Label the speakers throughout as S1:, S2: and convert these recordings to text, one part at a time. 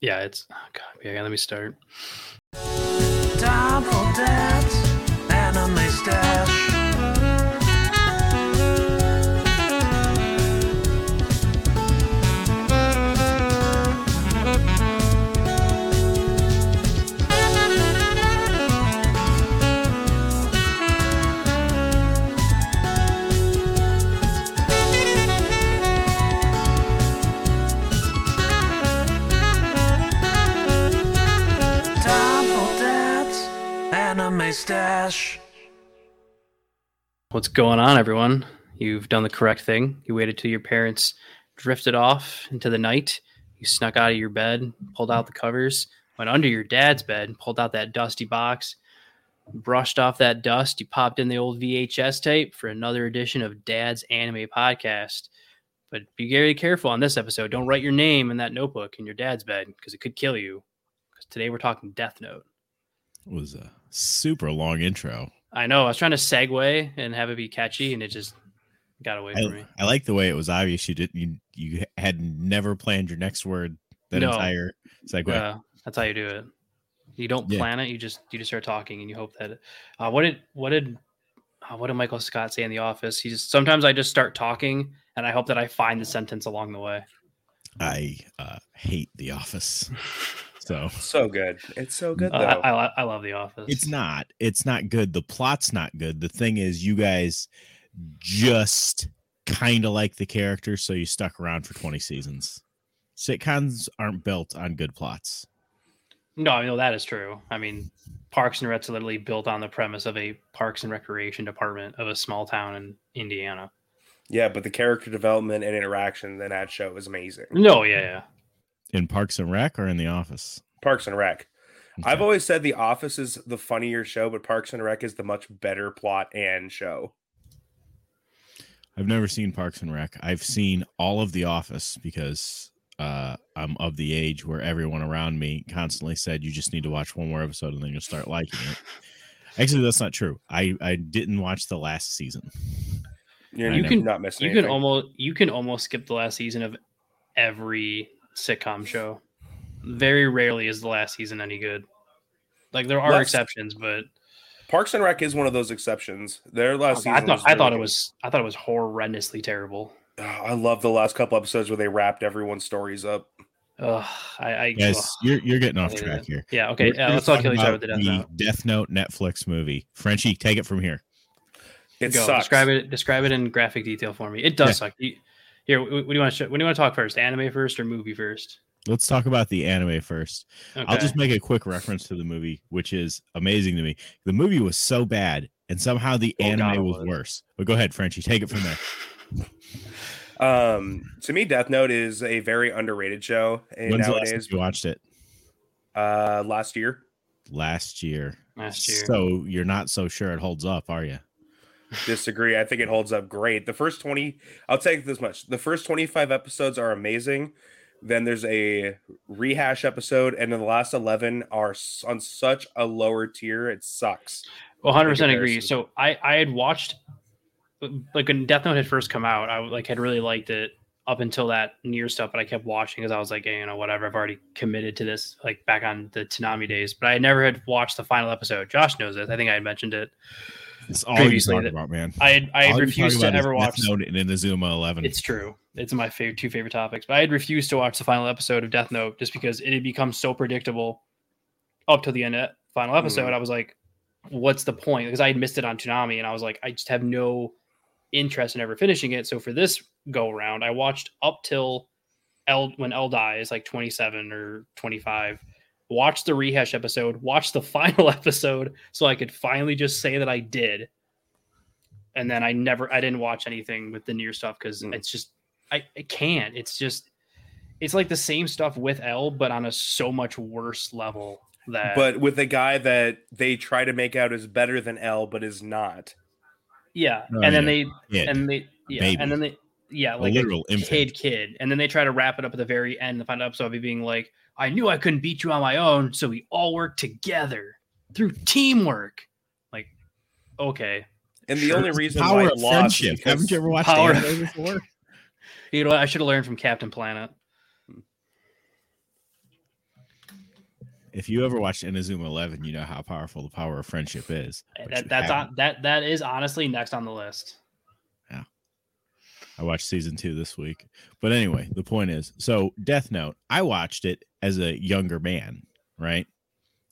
S1: Yeah, it's oh God, yeah. Let me start.
S2: Time for dads, anime stash. Time for dads, anime stash.
S1: What's going on, everyone? You've done the correct thing. You waited till your parents drifted off into the night. You snuck out of your bed, pulled out the covers, went under your dad's bed, pulled out that dusty box, brushed off that dust. You popped in the old VHS tape for another edition of Dad's Anime Podcast. But be very careful on this episode. Don't write your name in that notebook in your dad's bed because it could kill you. 'Cause today we're talking Death Note.
S3: was a super long intro.
S1: I know. I was trying to segue and have it be catchy, and it just got away from me.
S3: I, I like the way it was obvious you didn't you, you had never planned your next word that
S1: No.
S3: entire segue.
S1: Yeah, Uh, that's how you do it. You don't
S3: Yeah.
S1: plan it. You just you just start talking, and you hope that. Uh, what did what did uh, what did Michael Scott say in the office? He just sometimes I just start talking, and I hope that I find the sentence along the way.
S3: I uh, hate The Office, so
S4: So good. It's so good
S1: Uh,
S4: though.
S1: I, I, lo- I love the office.
S3: it's not it's not good. The plot's not good. The thing is, you guys just kind of like the character, so you stuck around for twenty seasons. Sitcoms aren't built on good plots.
S1: No, I know that is true. I mean, Parks and Rec's literally built on the premise of a Parks and Recreation department of a small town in Indiana.
S4: yeah, but the character development and interaction in that show is amazing.
S1: No, yeah, yeah.
S3: In Parks and Rec or in The Office?
S4: Parks and Rec. I've
S3: Okay.
S4: always said The Office is the funnier show, but Parks and Rec is the much better plot and show.
S3: I've never seen Parks and Rec. I've seen all of The Office because uh, I'm of the age where everyone around me constantly said, "You just need to watch one more episode, and then you'll start liking it." Actually, that's not true. I I didn't watch the last season.
S4: You're,
S3: You
S4: you
S1: can-
S4: can not miss.
S1: you
S4: anything.
S1: can almost you can almost skip the last season of every sitcom show. Very rarely is the last season any good. Like there are
S4: Last-
S1: exceptions, but
S4: Parks and Rec is one of those exceptions. Their last season.
S1: I thought I
S4: really
S1: thought it
S4: good.
S1: was I thought it was horrendously terrible.
S4: Oh, I love the last couple episodes where they wrapped everyone's stories up.
S1: Ugh, I, I ugh.
S3: Guys, you're you're getting
S1: I
S3: off
S1: hated
S3: track
S1: it.
S3: here.
S1: yeah okay
S3: We're
S1: yeah,
S3: gonna
S1: let's all
S3: talk
S1: kill each other
S3: about
S1: with the death note.
S3: Death Note Netflix movie. Frenchie, take it from here.
S4: It
S1: Go,
S4: sucks.
S1: describe it describe it in graphic detail for me. It does
S3: Yeah.
S1: suck. You, here, wh- what do you want to when do you want to talk first? Anime first or movie first?
S3: Let's talk about the anime first.
S1: Okay.
S3: I'll just make a quick reference to the movie, which is amazing to me. The movie was so bad, and somehow the
S1: Oh, God,
S3: anime
S1: it
S3: was,
S1: was.
S3: worse. But go ahead, Frenchie, take it from there.
S4: Um, to me, Death Note is a very underrated show and
S3: When's the last time
S4: nowadays.
S3: you watched it?
S4: uh, last year,
S3: Last year.
S1: last year.
S3: So you're not so sure it holds up, are you?
S4: disagree. I think it holds up great. The first 20, I'll take this much. The first 25 episodes are amazing. Then there's a rehash episode, and then the last 11 are s- on such a lower tier. It sucks.
S1: 100 percent agree.
S4: comparison.
S1: So I I had watched like when Death Note had first come out, I like had really liked it up until that near stuff, but I kept watching because I was like, hey, you know, whatever. I've already committed to this like back on the Tanami days, but I never had watched the final episode. Josh knows this. I think I had mentioned it.
S3: It's all you
S1: Previously,
S3: talk
S1: that-
S3: about, man.
S1: I had, I
S3: All
S1: had
S3: Oh, you
S1: refused
S3: talk
S1: to
S3: about is
S1: ever
S3: Death
S1: watch.
S3: Note and Inazuma Eleven.
S1: It's true. It's my favorite two favorite topics, but I had refused to watch the final episode of Death Note just because it had become so predictable up to the end of that final episode.
S4: Mhm.
S1: I was like, what's the point? Because I had missed it on Toonami and I was like, I just have no interest in ever finishing it. So for this go around, I watched up till L when L dies, like 27 or 25. Watched the rehash episode, watched the final episode, so I could finally just say that I did. And then I never, I didn't watch anything with the near stuff because
S4: Mm.
S1: it's just, I, I can't. It's just, it's like the same stuff with L, but on a so much worse level that.
S4: But with a guy that they try to make out is better than L, but is not.
S1: Yeah,
S3: Oh,
S1: and then
S3: yeah.
S1: they
S3: Kid.
S1: and they yeah,
S3: baby.
S1: and then they yeah,
S3: A
S1: like a
S3: literal infant.
S1: kid, kid, and then they try to wrap it up at the very end. The final episode of it being like, "I knew I couldn't beat you on my own, so we all worked together through teamwork." Like, okay,
S4: And the
S1: Sure.
S4: only reason
S3: Power
S4: why it
S3: of
S4: lost
S3: friendship.
S4: because-
S3: Haven't you ever watched
S1: Power of-
S3: anime before?
S1: you know, what? I should have learned from Captain Planet.
S3: If you ever watched Inazuma Eleven, you know how powerful the power of friendship is. but you
S1: That, that's
S3: haven't.
S1: on that that is honestly next on the list.
S3: I watched season two this week. But anyway, the point is so Death Note, I watched it as a younger man, right?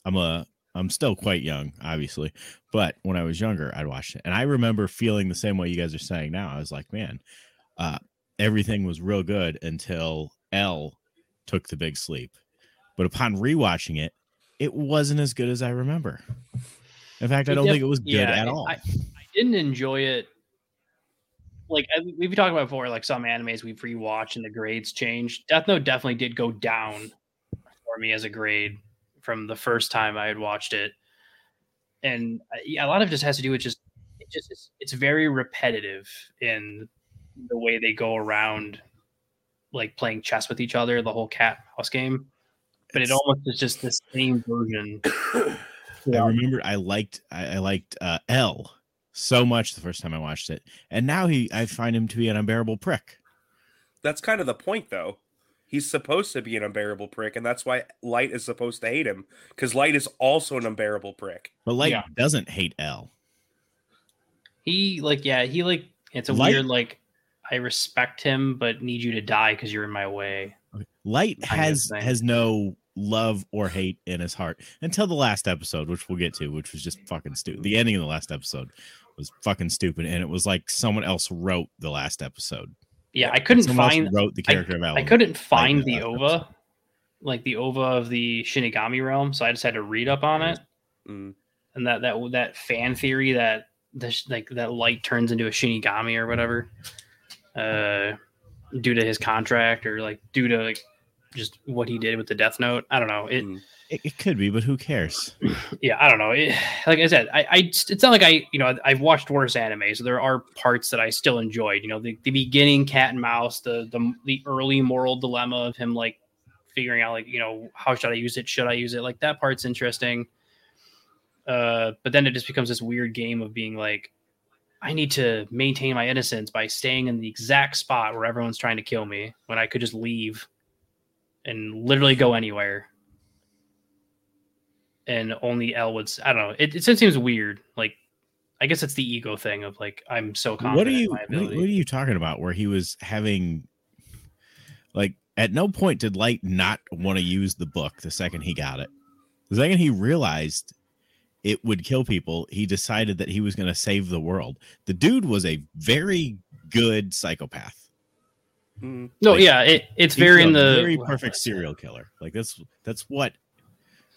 S3: I'm a I'm still quite young, obviously. But when I was younger, I'd watched it. And I remember feeling the same way you guys are saying now. I was like, man, uh, everything was real good until L took the big sleep. But upon rewatching it, it wasn't as good as I remember. In fact, I
S1: It
S3: don't
S1: def-
S3: think it was good
S1: yeah,
S3: at
S1: it-
S3: all.
S1: I, I didn't enjoy it. Like I- we've talked about before, like some animes we've rewatched and the grades change. Death Note definitely did go down for me as a grade from the first time I had watched it, and uh, yeah, a lot of it just has to do with just it just it's, it's very repetitive in the way they go around, like playing chess with each other, the whole cat house game. But it
S3: It's-
S1: almost is just the same version.
S3: I
S1: Yeah.
S3: remember I liked I, I liked uh, L so much the first time I watched it, and now he I find him to be an unbearable prick.
S4: That's kind of the point, though. He's supposed to be an unbearable prick, and that's why Light is supposed to hate him because Light is also an unbearable prick.
S3: But Light
S1: Yeah.
S3: doesn't hate L.
S1: He like yeah, he like it's a
S3: Light-
S1: weird like I respect him but need you to die because you're in my way.
S3: Light
S1: Kind of
S3: has
S1: thing.
S3: has no love or hate in his heart until the last episode, which we'll get to, which was just fucking stupid. The ending of the last episode was fucking stupid, and it was like someone else wrote the last episode.
S1: Yeah, I couldn't
S3: Someone
S1: find
S3: else wrote the
S1: I-
S3: character of L.
S1: I couldn't find
S3: in the
S1: the
S3: last
S1: OVA,
S3: episode.
S1: like the OVA of the Shinigami realm, so I just had to read up on it.
S4: Mm.
S1: And that that that fan theory that this like that light turns into a Shinigami or whatever, uh, due to his contract or like due to like just what he did with the Death Note. I don't know. It
S4: Mm.
S3: It, it could be, but who cares?
S1: yeah, I don't know. It, like I said, I, I it's not like I you know I've watched worse anime, so there are parts that I still enjoyed. You know, the, the beginning cat and mouse, the the the early moral dilemma of him like figuring out like you know how should I use it, should I use it? Like that part's interesting. Uh, but then it just becomes this weird game of being like, I need to maintain my innocence by staying in the exact spot where everyone's trying to kill me when I could just leave and literally go anywhere and only L would. s- I don't know. It, it just seems weird. Like, I guess it's the ego thing of like I'm so confident.
S3: what are
S1: in
S3: you
S1: my
S3: what,
S1: ability.
S3: what are you talking about where he was having like at no point did light not want to use the book the second he got it the second he realized it would kill people he decided that he was going to save the world the dude was a very good psychopath
S4: Mm.
S1: no,
S3: like,
S1: yeah, it, it's
S3: He
S1: very in
S3: killed a
S1: the
S3: very perfect serial killer like that's that's what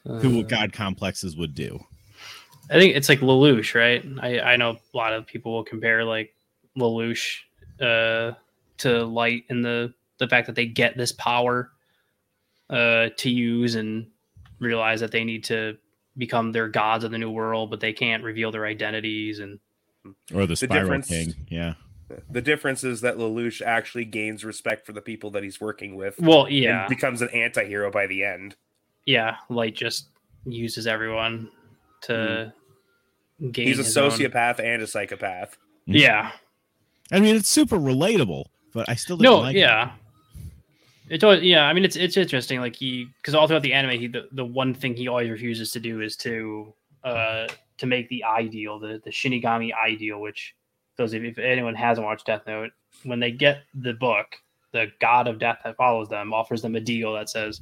S1: Uh,
S3: who god complexes would do
S1: I think it's like Lelouch, right? I I know a lot of people will compare like Lelouch uh, to Light and the the fact that they get this power uh, to use and realize that they need to become their gods of the new world, but they can't reveal their identities and
S3: or the spiral
S4: difference-
S3: king yeah
S4: The difference is that Lelouch actually gains respect for the people that he's working with.
S1: well,
S4: and
S1: yeah,
S4: becomes an anti-hero by the end.
S1: yeah, Light just uses everyone to gain.
S4: Mm-hmm. He's a
S1: his own-
S4: sociopath and a psychopath.
S1: Yeah,
S3: i mean it's super relatable but i still didn't
S1: no,
S3: like it.
S1: yeah. It's always, yeah. I mean, it's it's interesting. Like he, because all throughout the anime, he the, the one thing he always refuses to do is to uh to make the ideal, the the Shinigami ideal. Which those if, if anyone hasn't watched Death Note, when they get the book, the God of Death that follows them offers them a deal that says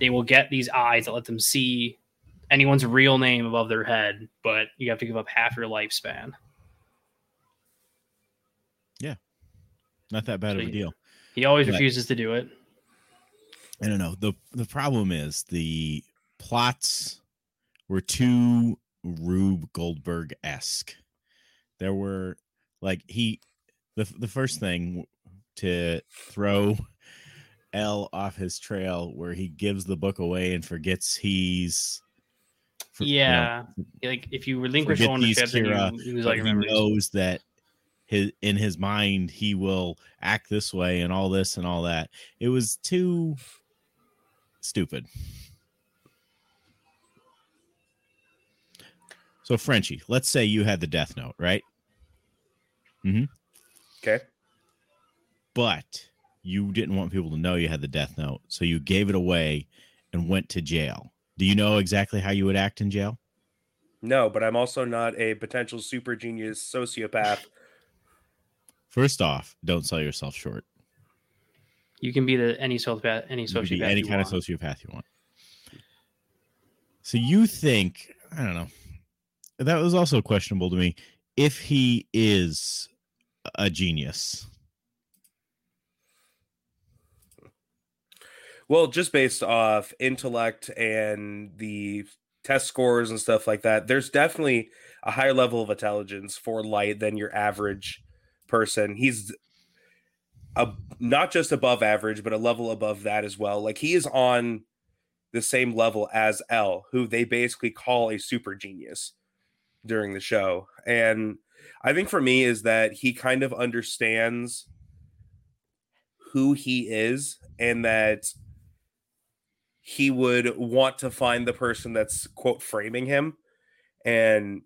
S1: they will get these eyes that let them see anyone's real name above their head, but you have to give up half your lifespan.
S3: not that bad
S1: So
S3: of a
S1: you-
S3: deal
S1: He always
S3: Right.
S1: refuses to do it.
S3: I don't know. The the problem is the plots were too Rube Goldberg esque. There were like he the the first thing to throw L off his trail where he gives the book away and forgets he's for- you know,
S1: yeah, like if you relinquish
S3: forget these
S1: ownership, then
S3: Kira,
S1: you lose all
S3: but
S1: your
S3: he
S1: memories.
S3: knows that his in his mind he will act this way and all this and all that. It was too stupid. So Frenchie, let's say you had the death note, right?
S4: Okay.
S3: But you didn't want people to know you had the death note, so you gave it away and went to jail. Do you know exactly how you would act in jail?
S4: No, but I'm also not a potential super genius sociopath.
S3: First off, don't sell yourself short.
S1: You can be the any sociopath, any
S3: You could be
S1: sociopath,
S3: any
S1: you
S3: kind
S1: want.
S3: of sociopath you want. So you think I don't know. That was also questionable to me. If he is a genius,
S4: Well, just based off intellect and the test scores and stuff like that, there's definitely a higher level of intelligence for light than your average person. He's a, not just above average, but a level above that as well. Like he is on the same level as L, who they basically call a super genius during the show. And I think for me is that he kind of understands who he is and that he would want to find the person that's quote framing him. And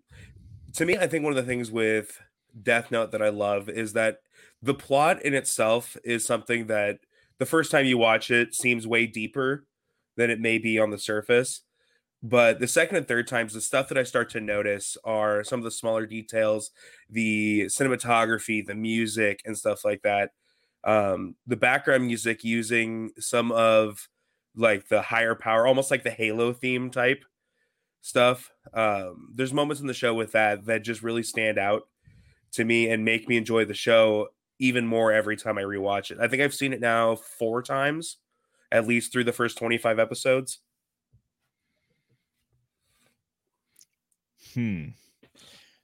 S4: to me, I think one of the things with Death Note that I love is that the plot in itself is something that the first time you watch it seems way deeper than it may be on the surface. But the second and third times, the stuff that I start to notice are some of the smaller details, the cinematography, the music, and stuff like that. Um, the background music using some of like the higher power, almost like the Halo theme type stuff. Um, there's moments in the show with that that just really stand out to me and make me enjoy the show even more every time I rewatch it. I think I've seen it now four times, at least through the first 25 episodes.
S3: hmm.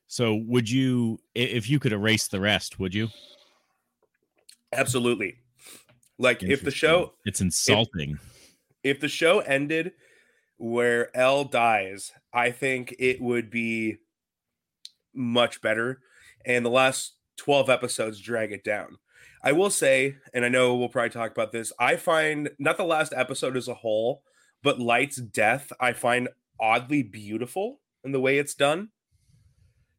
S3: So would you, i- if you could erase the rest, would you?
S4: Absolutely. Like if the show
S3: it's insulting.
S4: if the show ended where L dies, I think it would be much better. And the last 12 episodes drag it down. I will say, and I know we'll probably talk about this, I find not the last episode as a whole, but Light's death, I find oddly beautiful in the way it's done.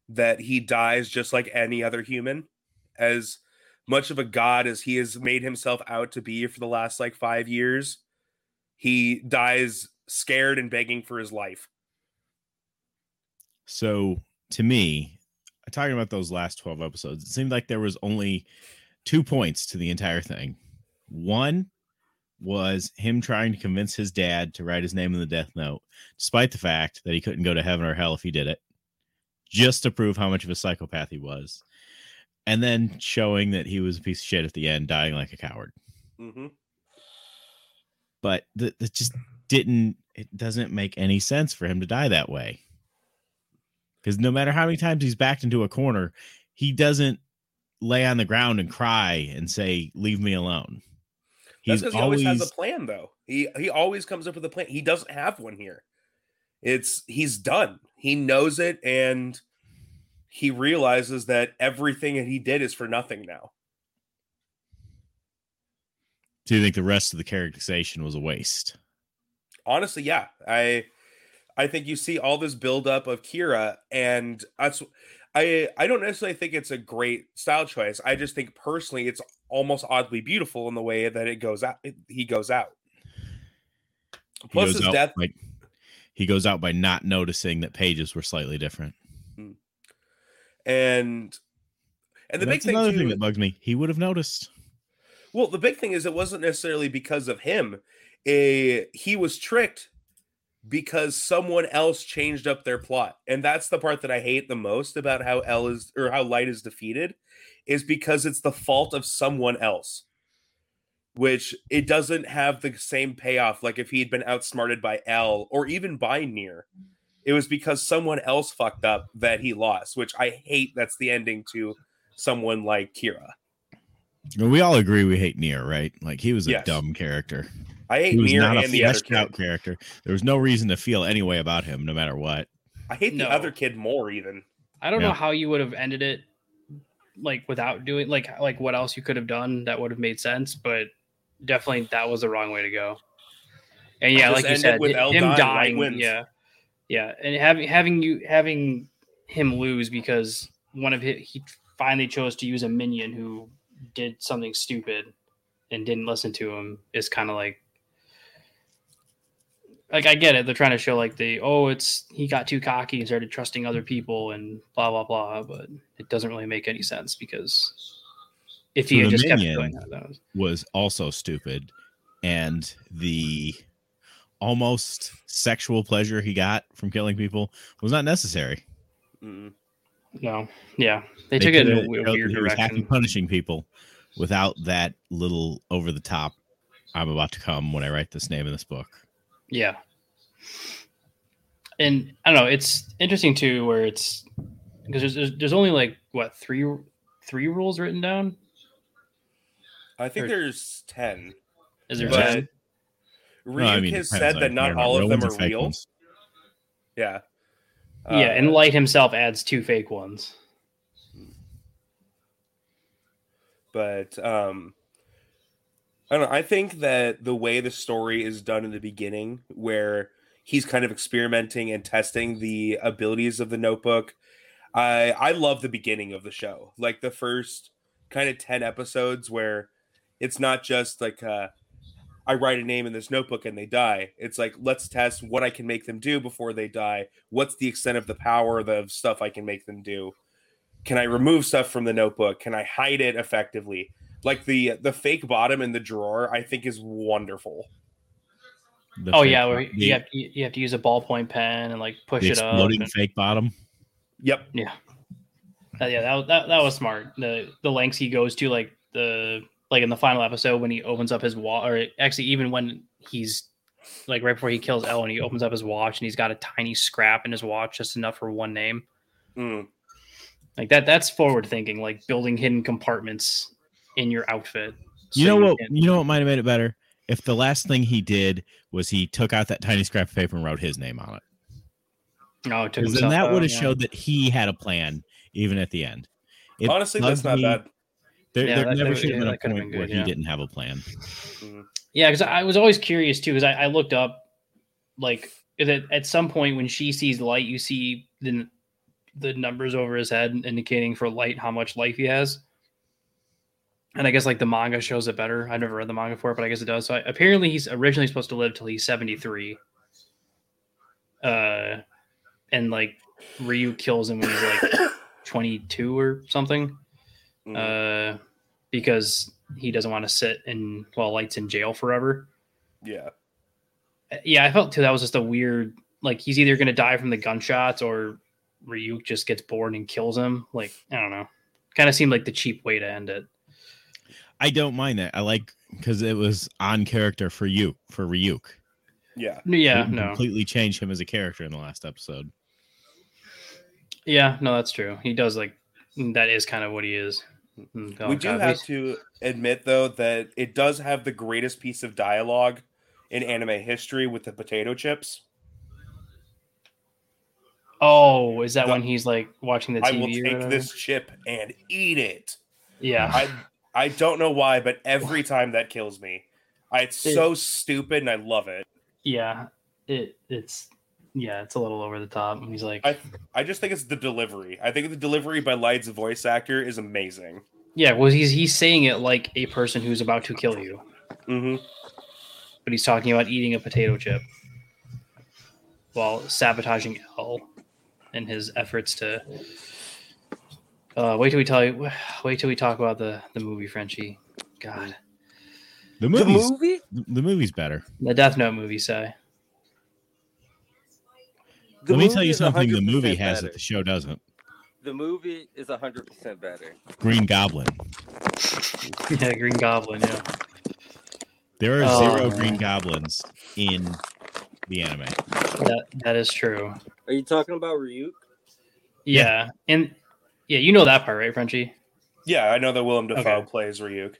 S4: That he dies just like any other human, as much of a god as he has made himself out to be for the last like five years he dies scared and begging for his life.
S3: So to me, uh, talking about those last 12 episodes, it seemed like there was only two points to the entire thing. One was him trying to convince his dad to write his name in the death note, despite the fact that he couldn't go to heaven or hell if he did it, just to prove how much of a psychopath he was. And then showing that he was a piece of shit at the end, dying like a coward.
S4: Mm-hmm.
S3: But that that just
S4: Mm-hmm.
S3: didn't, it doesn't make any sense for him to die that way. because no matter how many times he's backed into a corner, he doesn't lay on the ground and cry and say, "Leave me alone." He's
S4: he
S3: always,
S4: always has a plan, though. He he always comes up with a plan. He doesn't have one here. It's he's done. He knows it, and he realizes that everything that he did is for nothing now.
S3: do you think the rest of the characterization was a waste?
S4: honestly yeah i i think you see all this buildup of kira and that's i i don't necessarily think it's a great style choice i just think personally it's almost oddly beautiful in the way that it goes out it- he goes out
S3: He
S4: plus
S3: goes
S4: his
S3: out
S4: death
S3: like he goes out by not noticing that pages were slightly different.
S4: and and the big
S3: That's
S4: thing,
S3: another
S4: too,
S3: thing that bugs me. He would have noticed.
S4: Well, the big thing is it wasn't necessarily because of him. Eh, he was tricked because someone else changed up their plot. And that's the part that I hate the most about how L is or how Light is defeated is because it's the fault of someone else. Which it doesn't have the same payoff like if he had been outsmarted by L or even by Near. It was because someone else fucked up that he lost, which I hate that's the ending to someone like Kira.
S3: Well, we all agree we hate Nier, right? Like he was a
S4: Yes.
S3: dumb character.
S4: I hate
S3: He was
S4: Near
S3: not a
S4: and the other
S3: fleshed
S4: kid.
S3: out character. There was no reason to feel any way about him, no matter what.
S4: I hate
S1: No.
S4: the other kid more even.
S1: I don't know
S3: Yeah.
S1: how you would have ended it, like without doing like like what else you could have done that would have made sense, but definitely that was the wrong way to go. And yeah,
S4: Just
S1: like you
S4: end it
S1: said,
S4: with
S1: hi-
S4: El
S1: him
S4: dying, White
S1: dying,
S4: wins.
S1: yeah, yeah, and having having you having him lose because one of his, he finally chose to use a minion who did something stupid and didn't listen to him is kind of like like I get it. They're trying to show like the oh, it's he got too cocky and started trusting other people and blah blah blah. But it doesn't really make any sense because if he
S3: So
S1: had
S3: the
S1: just kept
S3: minion-
S1: doing that, that was,
S3: was also stupid and the almost sexual pleasure he got from killing people was not necessary
S4: Mm.
S1: no, yeah, they, took it in a
S3: could've
S1: w-
S3: showed
S1: weird
S3: that he was happy
S1: direction.
S3: punishing people without that little over the top i'm about to come when i write this name in this book
S1: Yeah. And I don't know, it's interesting too where it's because there's, there's there's only like what three three rules written down?
S4: I think
S1: Or-
S4: there's ten.
S1: Is there
S3: Yeah.
S1: ten?
S4: But Ryuk
S3: No, I mean, depends
S4: has said
S3: on
S4: that
S3: if
S4: not
S3: they're
S4: all of
S3: real
S4: them
S3: ones
S4: are
S3: or fake
S4: real.
S3: ones.
S4: Yeah.
S1: yeah,
S4: Uh,
S1: and Light himself adds two fake ones.
S4: but um I don't know. I think that the way the story is done in the beginning, where he's kind of experimenting and testing the abilities of the notebook, I I love the beginning of the show. Like the first kind of ten episodes where it's not just like uh I write a name in this notebook and they die. It's like let's test what I can make them do before they die. What's the extent of the power of the stuff I can make them do? Can I remove stuff from the notebook? Can I hide it effectively? Like the the fake bottom in the drawer, I think is wonderful.
S3: The
S1: oh
S3: fake
S1: yeah,
S3: bo-
S1: where
S3: the,
S1: you have you you have to use a ballpoint pen and like push
S3: the
S1: it up.
S3: exploding
S1: and-
S3: fake bottom
S4: Yep.
S1: Uh, yeah, that, that that was smart. The the lengths he goes to, like the like in the final episode when he opens up his wall, or actually even when he's like right before he kills Ellen, he opens up his watch and he's got a tiny scrap in his watch, just enough for one name.
S4: Mm.
S1: Like that. That's forward thinking, like building hidden compartments in your outfit.
S3: you
S1: so
S3: know what
S1: can-
S3: you know what might have made it better if the last thing he did was he took out that tiny scrap of paper and wrote his name on it
S1: No, Oh, it took
S3: Because then
S1: himself
S3: that
S1: out,
S3: would have
S1: yeah.
S3: showed that he had a plan, even at the end. It
S4: Honestly, that's
S3: bugged
S4: not
S3: me-
S4: bad.
S3: There,
S1: Yeah,
S3: there
S1: that- that
S3: never
S1: would-
S3: should
S1: yeah,
S3: have been a
S1: that could've
S3: point
S1: been good,
S3: where
S1: yeah.
S3: he didn't have a plan.
S1: Yeah, because I was always curious too, because I, I looked up like is it- at some point when she sees light, you see the the numbers over his head indicating for light how much life he has. And I guess like the manga shows it better. I never read the manga for it, but I guess it does. So I, apparently he's originally supposed to live till he's 73. Uh and like Ryu kills him when he's like 22 or something
S4: Mm.
S1: uh, because he doesn't want to sit in while Light's in jail forever.
S4: yeah.
S1: Uh, Yeah, I felt too that was just a weird like he's either gonna die from the gunshots or Ryuk just gets bored and kills him. Like I don't know, kind of seemed like the cheap way to end it.
S3: I don't mind that. I like because it was on character for you for Ryuk.
S4: Yeah.
S1: Yeah,
S3: It
S1: no,
S3: completely changed him as a character in the last episode.
S1: yeah, no, that's true. He does like mm, that is kind of what he is. Mm, oh,
S4: we do
S1: God,
S4: have to admit though that it does have the greatest piece of dialogue in anime history with the potato chips.
S1: Oh, is that
S4: The-
S1: when he's like watching the TV?
S4: I will
S1: or
S4: take
S1: whatever?
S4: this chip and eat it.
S1: Yeah,
S4: I I don't know why, but every time that kills me. I, it's
S1: It-
S4: so stupid and I love it.
S1: yeah. It it's yeah, it's a little over the top. And he's like,
S4: I I just think it's the delivery. I think the delivery by Light's voice actor is amazing.
S1: Yeah, well, he's he's saying it like a person who's about to kill you,
S4: hmm
S1: Mm-hmm. but he's talking about eating a potato chip while sabotaging L in his efforts to. Uh, wait till we tell you. Wait till we talk about the the movie, Frenchie. God,
S3: The movie's the, the movie's better.
S1: the Death Note movie, say.
S3: Let me tell you something. The movie has that the show doesn't.
S5: The movie is 100% better.
S3: Green Goblin.
S1: Yeah, Green Goblin. Yeah.
S3: There are
S1: Oh,
S3: zero
S1: man.
S3: Green Goblins in the anime.
S1: That that is true.
S5: Are you talking about Ryuk?
S1: Yeah, and yeah, you know that part, right, Frenchie?
S4: Yeah, I know that Willem Dafoe
S1: Okay.
S4: plays Ryuk.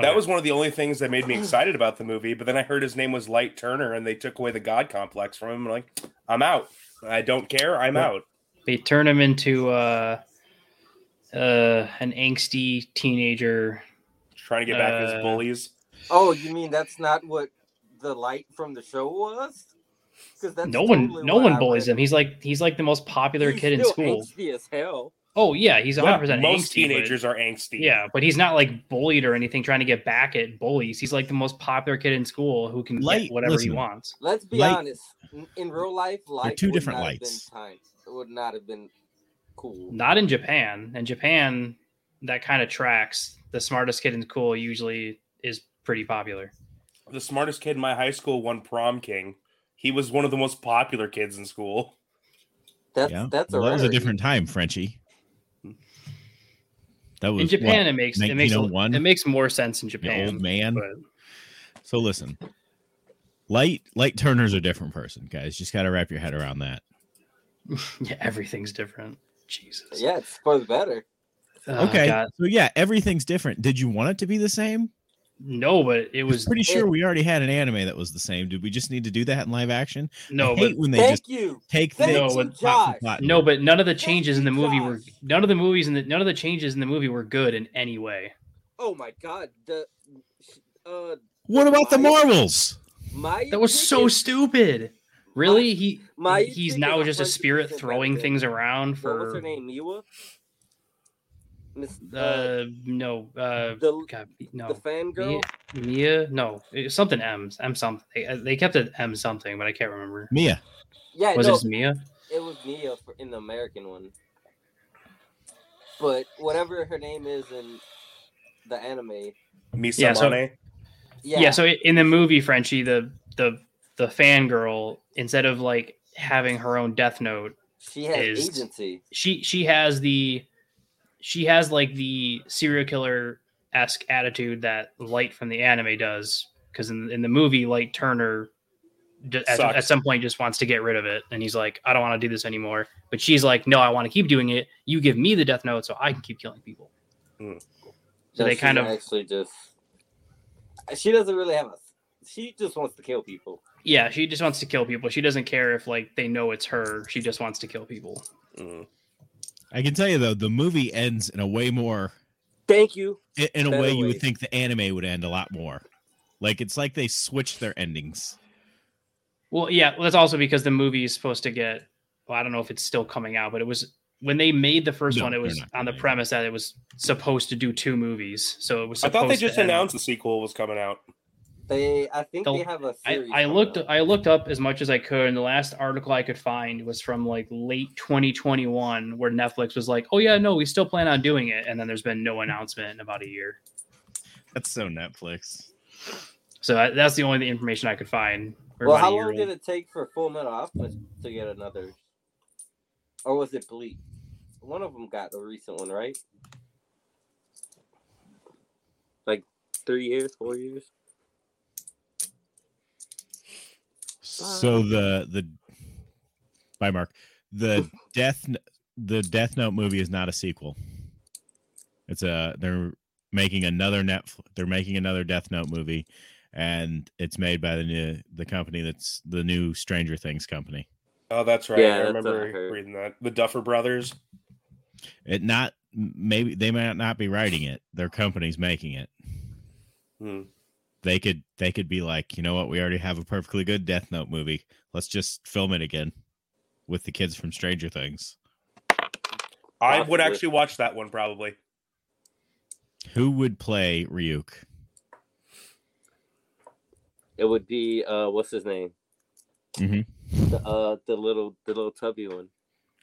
S4: That was one of the only things that made me excited about the movie. But then I heard his name was Light Turner, and they took away the God complex from him. I'm like, I'm out. I don't care. I'm out.
S1: they turn him into uh, uh, an angsty teenager
S4: Trying to get back at
S1: Uh,
S4: his bullies.
S5: Oh, you mean that's not what the light from the show was? Because that's
S1: no one
S5: totally
S1: no
S5: what
S1: one
S5: I
S1: bullies
S5: read.
S1: him he's like he's like the most popular
S5: He's
S1: kid in
S5: still
S1: school
S5: angsty as hell.
S1: oh yeah he's 100%
S4: Yeah,
S1: angsty,
S4: most
S1: but-
S4: teenagers are angsty.
S1: yeah but he's not like bullied or anything trying to get back at bullies he's like the most popular kid in school who can
S3: Light-
S1: get whatever he
S3: listen.
S1: wants
S5: Let's be
S3: Light-
S5: honest. N- In real life, light
S3: two
S5: would
S3: different
S5: not
S3: lights.
S5: Have been tight. It would not have been cool.
S1: Not in Japan. In Japan, that kind of tracks. The smartest kid in school usually is pretty popular.
S4: The smartest kid in my high school won prom king. He was one of the most popular kids in school.
S5: That's
S3: yeah,
S5: that's a
S3: well, that was a
S5: rarity.
S3: different time, Frenchie. That was
S1: In Japan,
S3: what,
S1: it makes it makes
S3: 1901?
S1: it makes more sense in
S3: an
S1: Japan.
S3: old man.
S1: But
S3: So listen, light light Turner's a different person, guys. Just got to wrap your head around that.
S1: yeah, everything's different. Jesus.
S5: Yeah, it's for the better.
S1: Oh,
S3: okay,
S1: God.
S3: so yeah, everything's different. Did you want it to be the same?
S1: No, but it was
S3: Pretty sure
S5: it-
S3: we already had an anime that was the same. Did we just need to do that in live action? I
S1: no, but
S3: hate when they
S5: Thank
S3: just
S5: you.
S3: take
S5: Thank
S3: things
S1: you,
S3: and pop
S5: Josh.
S3: some cotton.
S1: No, but none of the changes in the movie were
S5: Josh.
S1: none of the movies in the none of the changes in the movie were good in any way.
S5: Oh my god, the uh
S3: what about the Marvels?
S5: my
S1: That was so stupid. Really, he
S5: my
S1: he's now just a spirit throwing things around
S5: What was her
S1: for
S5: name? Miwa. Miss uh,
S1: uh no uh
S5: the
S1: God,
S5: the
S1: no
S5: fangirl.
S1: Mia, Mia no it- something M's M something they, uh, they kept it M something but I can't remember
S3: Mia.
S5: Yeah,
S1: was
S5: no,
S1: it just Mia
S5: it was Mia for, in the American one. But whatever her name is in the anime,
S4: Misa
S1: Yeah, so-
S4: Mane.
S1: yeah.
S5: yeah,
S1: so in the movie Frenchie the the the fangirl instead of like having her own death note
S5: she has
S1: is-
S5: agency.
S1: she she has the she has like the serial killer esque attitude that Light from the anime does because in in the movie Light Turner d- at,
S4: Sucks.
S1: at some point just wants to get rid of it and he's like I don't want to do this anymore but she's like no I want to keep doing it you give me the death note so I can keep killing people so they
S5: she's
S1: kind of-
S5: actually just. She doesn't really have a. She just wants to kill people.
S1: yeah she just wants to kill people she doesn't care if like they know it's her she just wants to kill people
S4: Mm.
S3: I can tell you though, the movie ends in a way more
S5: Thank you.
S3: in- in a
S5: Better
S3: way you
S5: way.
S3: would think the anime would end a lot more. Like it's like they switched their endings.
S1: Well, yeah, well, that's also because the movie is supposed to get. Well, I don't know if it's still coming out, but it was when they made the first
S3: No,
S1: one. It
S3: they're
S1: was
S3: not
S1: on the
S3: coming out.
S1: premise that it was supposed to do two movies, so it was.
S4: I
S1: Supposed
S4: thought they
S1: to
S4: just
S1: end-
S4: announced the sequel was coming out.
S5: They, I think
S1: The-
S5: they have a.
S1: I,
S5: Series
S1: I
S5: coming
S1: looked.
S5: up.
S1: I looked up as much as I could, and the last article I could find was from like late 2021, where Netflix was like, "Oh yeah, no, we still plan on doing it," and then there's been
S5: Hmm.
S1: no announcement in about a year.
S3: That's so Netflix.
S1: So I, that's the only information I could find. We're
S5: Well,
S1: about a
S5: how
S1: year
S5: long did
S1: old.
S5: it take for Full Metal Alchemist to get another? Or was it Bleak? One of them got a recent one, right? Like three years, four years.
S3: So the the by Mark the death N- the Death Note movie is not a sequel. It's a they're making another Netflix. They're making another Death Note movie, and it's made by the new the company that's the new Stranger Things company.
S4: Oh, that's right.
S5: Yeah,
S4: I
S5: that's what I
S4: remember
S5: heard.
S4: reading that. The Duffer Brothers.
S3: It not maybe they might not be writing it. Their company's making it.
S4: Hmm.
S3: They could they could be like, you know what? We already have a perfectly good Death Note movie. Let's just film it again with the kids from Stranger Things.
S4: I would
S5: Possibly.
S4: actually watch that one probably.
S3: Who would play Ryuk?
S5: It would be uh, what's his name?
S3: Mhm.
S1: Mm-hmm.
S5: The uh, the little the little tubby one.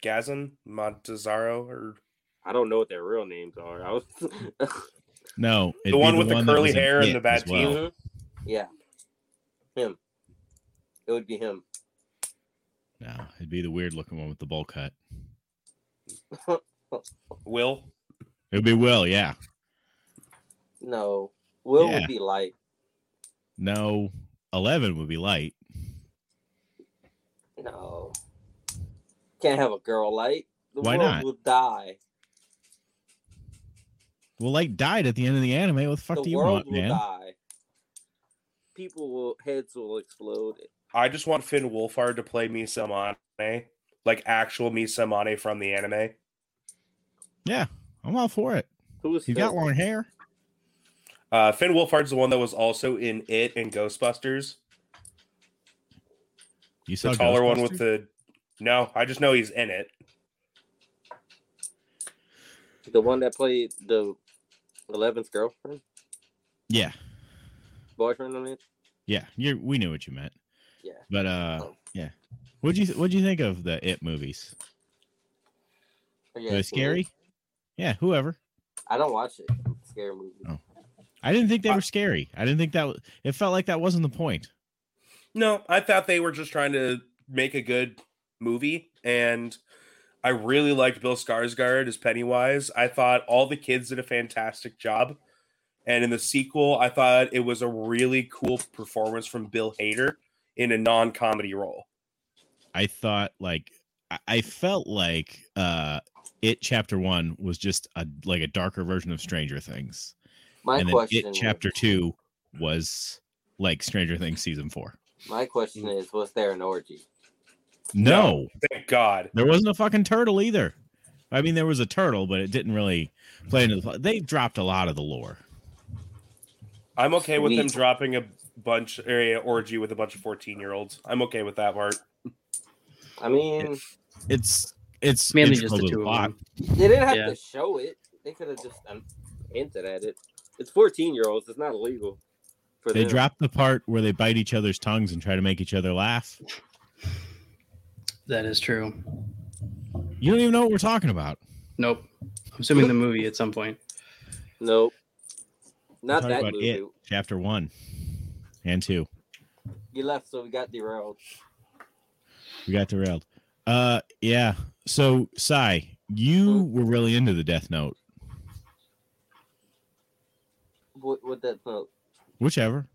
S4: Gazin Montezaro or
S5: I don't know what their real names are. I was.
S3: No, it'd be
S4: the one with the
S3: that
S4: curly
S3: was in
S4: hair and
S3: It
S4: the bad
S3: as well.
S4: teeth.
S5: Mhm. Yeah, him. It would be him.
S3: No, it'd be the weird looking one with the bowl cut.
S4: Will.
S3: It'd be Will, yeah.
S5: No, Will
S3: Yeah.
S5: would be light.
S3: No, eleven would be light.
S5: No. Can't have a girl light. The
S3: Why
S5: world
S3: not?
S5: will die.
S3: Well, light died at the end of the anime. What the fuck do
S5: the
S3: you
S5: world
S3: want,
S5: will
S3: man?
S5: die. People will heads will explode.
S4: I just want Finn Wolfhard to play Misa Mane, like actual Misa Mane from the anime.
S3: I'm all for it.
S5: Who is
S3: He's got
S5: Phil?
S3: long hair.
S4: Uh, Finn Wolfhard's the one that was also in It and Ghostbusters.
S3: You saw
S4: The taller one
S3: Oh, Ghostbusters?
S4: with the. No, I just know he's in it.
S5: The one that played the eleventh girlfriend?
S3: Yeah,
S5: Boyfriend on it?
S3: yeah. You we knew what you meant.
S5: Yeah. Oh.
S3: But uh, What'd you What'd you think of the It movies?
S5: But yeah,
S3: Were they
S5: it's cool.
S3: Uh, scary? Yeah, whoever.
S5: I don't watch it. It's a Scary movie.
S3: Oh. I didn't think they
S4: Uh,
S3: were scary. I didn't think that. wa- It felt like that wasn't the point.
S4: No, I thought they were just trying to make a good movie, and I really liked Bill Skarsgård as Pennywise. I thought all the kids did a fantastic job, and in the sequel, I thought it was a really cool performance from Bill Hader in a non-comedy role.
S3: I thought like I- I felt like uh it chapter one was just a like a darker version of Stranger Things.
S5: My
S3: and then
S5: question.
S3: it chapter two was like Stranger Things season four.
S5: My question is, was there an orgy?
S3: No,
S4: Thank God.
S3: there wasn't a fucking turtle either. I mean, there was a turtle, but it didn't really play into the. plot. They dropped a lot of the lore.
S4: I'm okay with them
S5: Sweet.
S4: dropping a bunch or a orgy with a bunch of 14 year olds. I'm okay with that part.
S5: I mean,
S3: It's it's
S1: Mainly
S3: integral
S1: just the
S3: to
S1: two of
S3: plot.
S1: them.
S5: they didn't have
S1: Yeah.
S5: to show it. They could have just um, hinted at it. It's 14 year olds. It's not illegal. For
S3: They
S5: them.
S3: dropped the part where they bite each other's tongues and try to make each other laugh.
S1: That is true.
S3: You don't even know what we're talking about.
S1: Nope. I'm assuming the movie at some point.
S5: Nope. Not
S3: Talking
S5: that
S3: about
S5: movie.
S3: it. Chapter one and two.
S5: You left, so we got derailed.
S3: We got derailed. Uh, yeah. So, Sai, you
S5: Mhm.
S3: were really into the Death Note,
S5: What, what that note?
S3: whichever.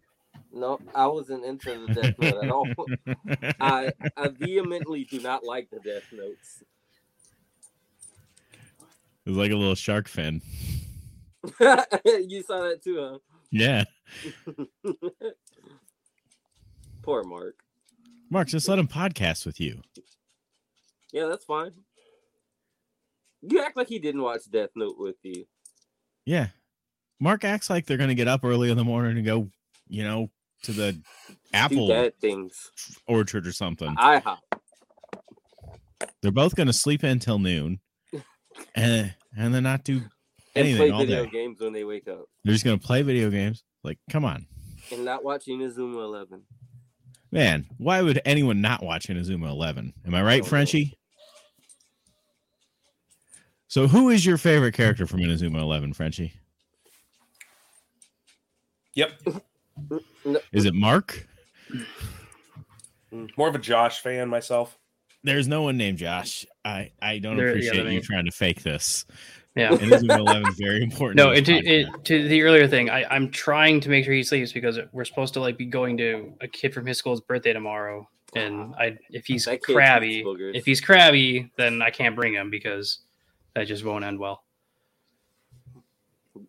S5: No, I wasn't into the Death Note at all. I, I vehemently do not like the Death Notes.
S3: It was like a little shark fin.
S5: you saw that too, huh?
S3: Yeah,
S5: Poor Mark.
S3: Mark, just let him podcast with you.
S5: Yeah, that's fine. You act like he didn't watch Death Note with you.
S3: Yeah, Mark acts like they're gonna get up early in the morning and go, you know, to the
S5: Do
S3: apple
S5: bad things.
S3: orchard or something.
S5: IHOP.
S3: They're both gonna sleep in till noon, and and then not do
S5: And
S3: anything
S5: play
S3: all
S5: video
S3: day.
S5: games when they wake up.
S3: They're just gonna play video games. Like, come on,
S5: And not watching Inazuma 11.
S3: man. Why would anyone not watch Inazuma Eleven? Am I right,
S5: Don't know.
S3: Frenchie? So, who is your favorite character from Inazuma Eleven, Frenchie?
S4: Yep.
S3: Is it Mark?
S4: More of a Josh fan myself.
S3: There's no one named Josh. I I don't
S1: There- yeah,
S3: appreciate
S1: there
S3: you
S1: ain't.
S3: trying to fake this.
S1: Yeah.
S3: Inazuma Eleven is very important.
S1: No,
S3: to
S1: and
S3: this
S1: to,
S3: podcast.
S1: it, to the earlier thing, I, I'm trying to make sure he sleeps because we're supposed to like be going to a kid from his school's birthday tomorrow, and I if he's
S5: That kid
S1: crabby,
S5: eats boogers.
S1: if he's crabby, then I can't bring him because that just won't end well.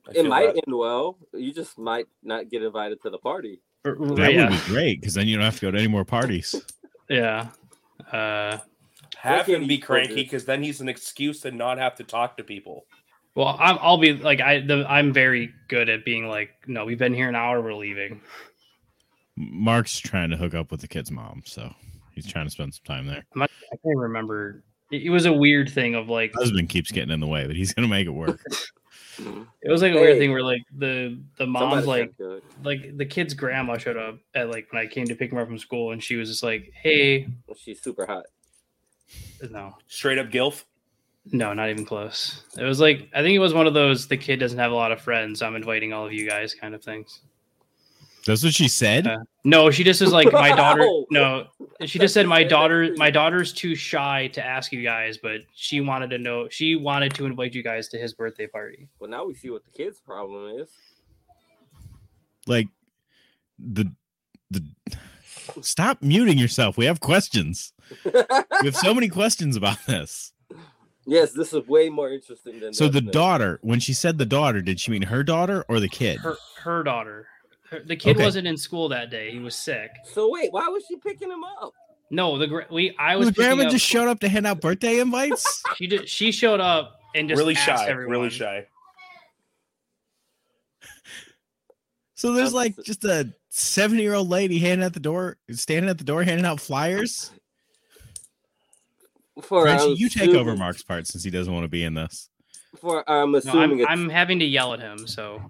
S4: I
S5: It
S4: feel
S5: might
S4: that.
S5: end well. You just might not get invited to the party.
S1: Or- or-
S3: that would
S1: yeah,
S3: be great because then you don't have to go to any more parties.
S1: yeah. Uh,
S4: have
S5: Wicked
S4: him be
S5: evil
S4: cranky
S5: dude.
S4: because then he's an excuse to not have to talk to people.
S1: well, I'm, I'll be like I the, I'm very good at being like, no, we've been here an hour, we're leaving.
S3: Mark's trying to hook up with the kid's mom, so he's trying to spend some time there.
S1: I can't remember. It, it was a weird thing of like
S3: Husband keeps getting in the way, but he's gonna make it work.
S1: it was like a weird
S5: Hey.
S1: thing where like the the mom's
S5: Somebody's
S1: like.
S5: gotta do it.
S1: like the kid's grandma showed up at like when I came to pick him up from school, and she was just like, "Hey,
S5: she's super hot.
S1: no,
S4: Straight up gilf.
S1: no, not even close." It was like I think it was one of those the kid doesn't have a lot of friends. I'm inviting all of you guys, kind of things.
S3: That's what she said.
S1: Uh, No, she just was like, "My daughter."
S5: Wow.
S1: No, she just said, "My daughter, my daughter's too shy to ask you guys, but she wanted to know. She wanted to invite you guys to his birthday party."
S5: Well, now we see what the kid's problem is.
S3: like the the stop muting yourself we have questions we have so many questions about this
S5: yes, this is way more interesting than.
S3: so
S5: Death
S3: the
S5: Note.
S3: daughter when she said the daughter did she mean her daughter or the kid
S1: Her her daughter. Her- The kid
S3: Okay.
S1: wasn't in school that day. He was sick.
S5: So wait, why was she picking him up?
S1: No, the gra- we I was
S3: was
S1: picking
S3: grandma
S1: up-
S3: just showed up to hand out birthday invites
S1: She did. She showed up and just
S4: Really
S1: asked
S4: shy.
S1: Everyone.
S4: Really shy.
S3: so there's
S5: Um,
S3: like just a 70 year old lady handing at the door standing at the door handing out flyers
S5: For
S3: Frenchie,
S5: I'm
S3: you take over
S5: assuming-
S3: mark's part since he doesn't want to be in this
S5: For I'm
S1: No,
S5: assuming
S1: I'm, I'm having to yell at him. So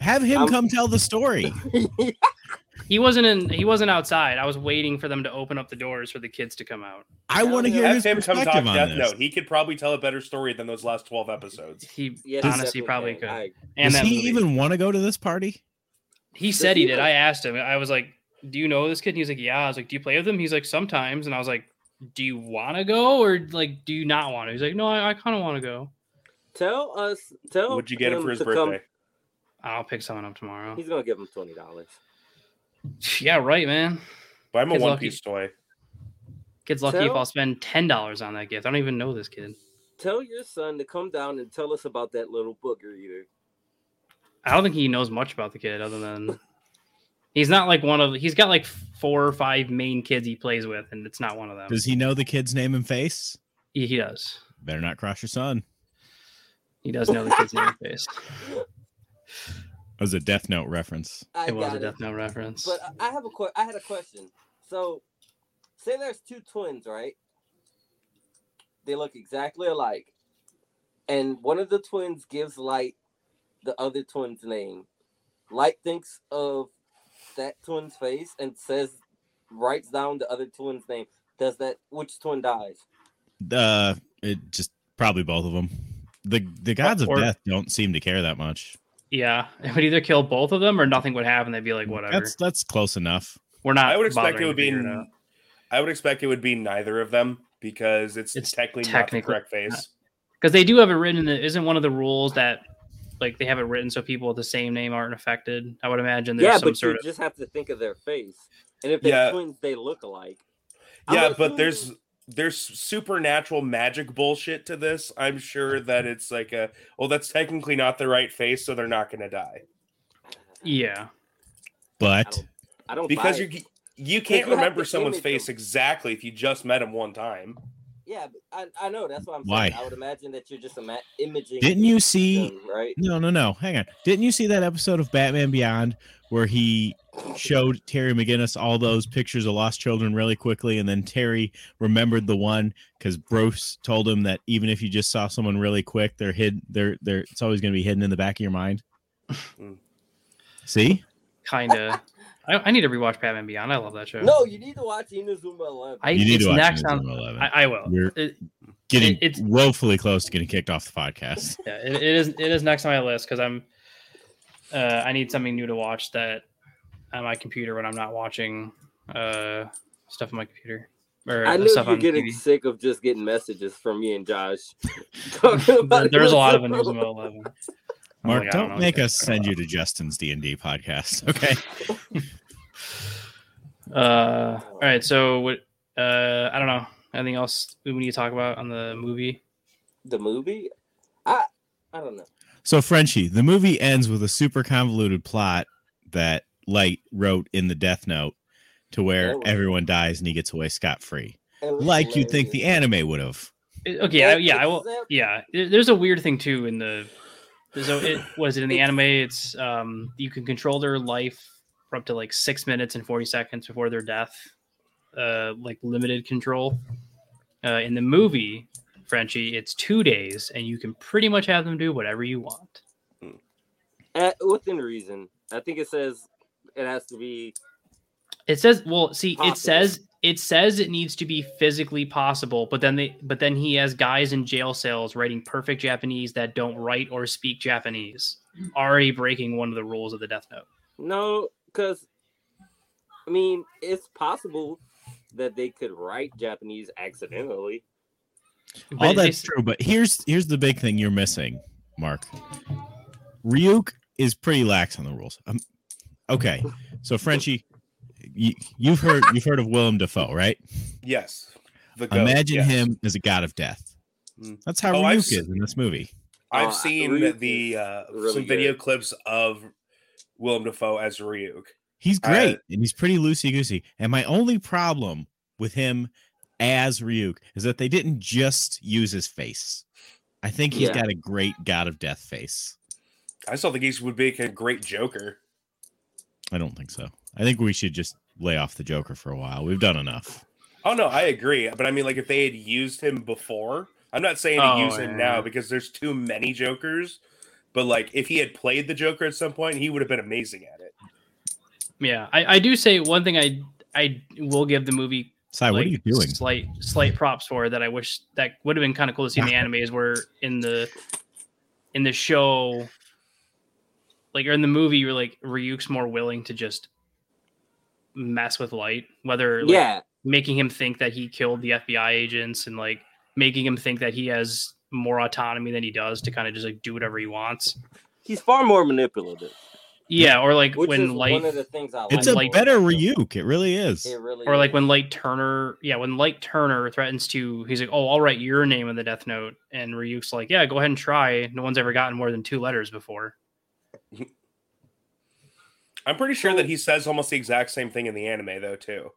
S3: have him
S5: I'm-
S3: come tell the story
S5: it's
S1: He wasn't in. He wasn't outside. I was waiting for them to open up the doors for the kids to come out.
S3: I want to
S5: Yeah.
S3: hear his
S4: Have him come talk
S3: perspective
S4: Death
S3: on this.
S4: Note. He could probably tell a better story than those last twelve episodes.
S1: He
S5: Yes,
S1: honestly
S5: definitely.
S1: probably could.
S5: I-
S1: and
S3: Does
S1: that
S3: he
S1: movie.
S3: even want to go to this party?
S1: He
S5: Does
S1: said he
S5: he
S1: did.
S5: know-
S1: I asked him. I was like, "Do you know this kid?" And he was like, "Yeah." I was like, "Do you play with him?" He's like, "Sometimes." And I was like, "Do you want to go or like do you not want to?" He's like, "No, I, I kind of want to go.
S5: tell us. Tell.
S4: What'd you get him for his
S5: to
S4: birthday?
S5: come-
S1: I'll pick someone up tomorrow."
S5: He's gonna give him twenty dollars.
S1: yeah, right, man.
S4: Buy him a
S1: He's
S4: One
S1: lucky.
S4: Piece toy.
S1: Kid's lucky if
S5: Tell-
S1: I'll spend ten dollars on that gift. I don't even know this kid.
S5: Tell your son to come down and tell us about that little booger eater.
S1: I don't think he knows much about the kid other than he's not like one of. He's got like four or five main kids he plays with, and it's not one of them.
S3: Does he know the kid's name and face?
S1: He, he does.
S3: Better not cross your son.
S1: He does know the kid's name and face.
S3: That was a Death Note reference.
S5: I
S1: It was
S5: got
S1: a
S5: it.
S1: Death Note reference.
S5: But uh, I- I have a que- I had a question. So, say there's two twins, right? They look exactly alike, and one of the twins gives Light the other twin's name. Light thinks of that twin's face and says, writes down the other twin's name. Does that which twin dies?
S3: Uh, it just probably both of them. The the gods of
S1: Or-
S3: death don't seem to care that much.
S1: Yeah, it would either kill both of them or nothing would happen. They'd be like, whatever.
S3: That's that's close enough.
S1: We're not.
S4: I would expect
S1: bothering
S4: it would
S1: to
S4: be.
S1: figure it out.
S4: I would expect it would be neither of them because it's,
S1: It's
S4: technically,
S1: technically
S4: not the correct face.
S1: because they do have it written. in the- Isn't one of the rules that like they have it written so people with the same name aren't affected? I would imagine there's
S5: yeah,
S1: some
S5: but
S1: sort
S5: you
S1: of
S5: just have to think of their face, and if they're
S4: Yeah.
S5: twins, they look alike. I'm
S4: Yeah, but
S5: assuming-
S4: there's there's supernatural magic bullshit to this. I'm sure that it's like a well, that's technically not the right face, so they're not going to die
S1: yeah.
S5: I
S3: But
S5: don't, I don't
S4: because
S5: buy
S4: you
S5: it.
S4: you can't
S5: you have
S4: remember
S5: to
S4: someone's
S5: image
S4: face
S5: them.
S4: exactly if you just met him one time.
S5: Yeah, but I, I know that's what I'm saying.
S3: Why?
S5: I would imagine that you're just ima- imaging.
S3: didn't you see?
S5: them, right?
S3: No, no, no. Hang on. Didn't you see that episode of Batman Beyond where he showed Terry McGinnis all those pictures of lost children really quickly, and then Terry remembered the one because Bruce told him that even if you just saw someone really quick, they're hid. They're they're it's always going to be hidden in the back of your mind.
S4: Mm.
S3: See,
S1: Kind of. I, I need to rewatch Batman Beyond. I love that show.
S5: No, you need to watch Inazuma Eleven.
S1: I,
S3: you need
S1: it's
S3: to watch
S1: next
S3: Newsroom
S1: on.
S3: 11.
S1: I, I will.
S3: We're-
S1: It,
S3: getting
S1: it- it's-
S3: woefully close to getting kicked off the podcast.
S1: yeah, it, it is. It is next on my list because I'm. Uh, I need something new to watch that on my computer when I'm not watching uh, stuff on my computer or
S5: I
S1: uh,
S5: know
S1: stuff
S5: you're
S1: on
S5: getting
S1: TV.
S5: sick of just getting messages from me and Josh talking about.
S1: There's a lot of
S5: Inazuma
S1: Inazuma Eleven. I'm
S3: Mark,
S1: like, Oh I
S3: don't,
S1: know
S3: make
S1: what
S3: us
S1: they're
S3: send you
S1: talking
S3: to Justin's D and D podcast. Okay,
S1: about. Uh, all right, so what? Uh, I don't know. Anything else we need to talk about on the movie?
S5: The movie, I I don't know.
S3: so Frenchie, the movie ends with a super convoluted plot that Light wrote in the Death Note, to where
S5: Oh.
S3: everyone dies and he gets away scot free,
S5: It was
S3: like you think the
S5: hilarious.
S3: anime would have.
S1: It- Okay, I,
S5: Well,
S1: yeah, I will.
S5: except-
S1: Yeah, there- there's a weird thing too in the. So it was it in the anime. It's um you can control their life for up to like six minutes and forty seconds before their death, uh like limited control. Uh, in the movie, Frenchie, it's two days, and you can pretty much have them do whatever you want.
S5: At, within reason. I think it says it has to be.
S1: It says, well, see,
S5: Possible.
S1: it says it says it needs to be physically possible, but then they but then he has guys in jail cells writing perfect Japanese that don't write or speak Japanese, already breaking one of the rules of the Death Note.
S5: No, because I mean, it's possible that they could write Japanese accidentally.
S1: But
S3: All
S1: they-
S3: that's true, but here's here's the big thing you're missing, Mark. Ryuk is pretty lax on the rules. Um, okay, so Frenchie, you, you've heard you've heard of Willem Dafoe, right?
S4: Yes, the goat,
S3: Imagine
S4: yes.
S3: him as a god of death.
S4: Mm.
S3: That's how
S4: Oh,
S3: Ryuk
S4: I've
S3: is
S4: s-
S3: in this movie.
S5: Uh,
S4: I've seen
S5: Ryuk
S4: the
S5: is
S4: uh,
S5: really
S4: some video
S5: good.
S4: clips of Willem Dafoe as Ryuk.
S3: He's
S1: uh
S4: I-
S3: great and he's pretty loosey goosey. And my only problem with him as Ryuk is that they didn't just use his face. I think he's
S5: Yeah.
S3: got a great god of death face.
S4: I still think he would make a great Joker.
S3: I don't think so. I think we should just lay off the Joker for a while. We've done enough.
S4: Oh no, I agree. But I mean, like if they had used him before, I'm not saying to
S1: Oh,
S4: use him
S1: yeah.
S4: now because there's too many Jokers. But like if he had played the Joker at some point, he would have been amazing at it.
S1: Yeah, I, I do say one thing I I will give the movie
S3: Sai, what are you
S1: like,
S3: doing?
S1: Slight slight props for that. I wish that would have been kind of cool to see in the anime is where in the in the show, like or in the movie, you're like Ryuk's more willing to just mess with light, whether like,
S5: yeah,
S1: making him think that he killed the FBI agents and like making him think that he has more autonomy than he does to kind of just like do whatever he wants.
S5: he's far more manipulative.
S1: Yeah, or like
S5: Which is
S1: when light
S5: one of the things I like.
S3: It's a
S1: Like-
S3: better Ryuk. It really is.
S5: It really
S1: or like
S5: is.
S1: when Light Turner, yeah, when Light Turner threatens to, he's like, "Oh, I'll write your name in the death note," and Ryuk's like, "Yeah, go ahead and try. No one's ever gotten more than two letters before."
S4: I'm pretty sure that he says almost the exact same thing in the anime though too.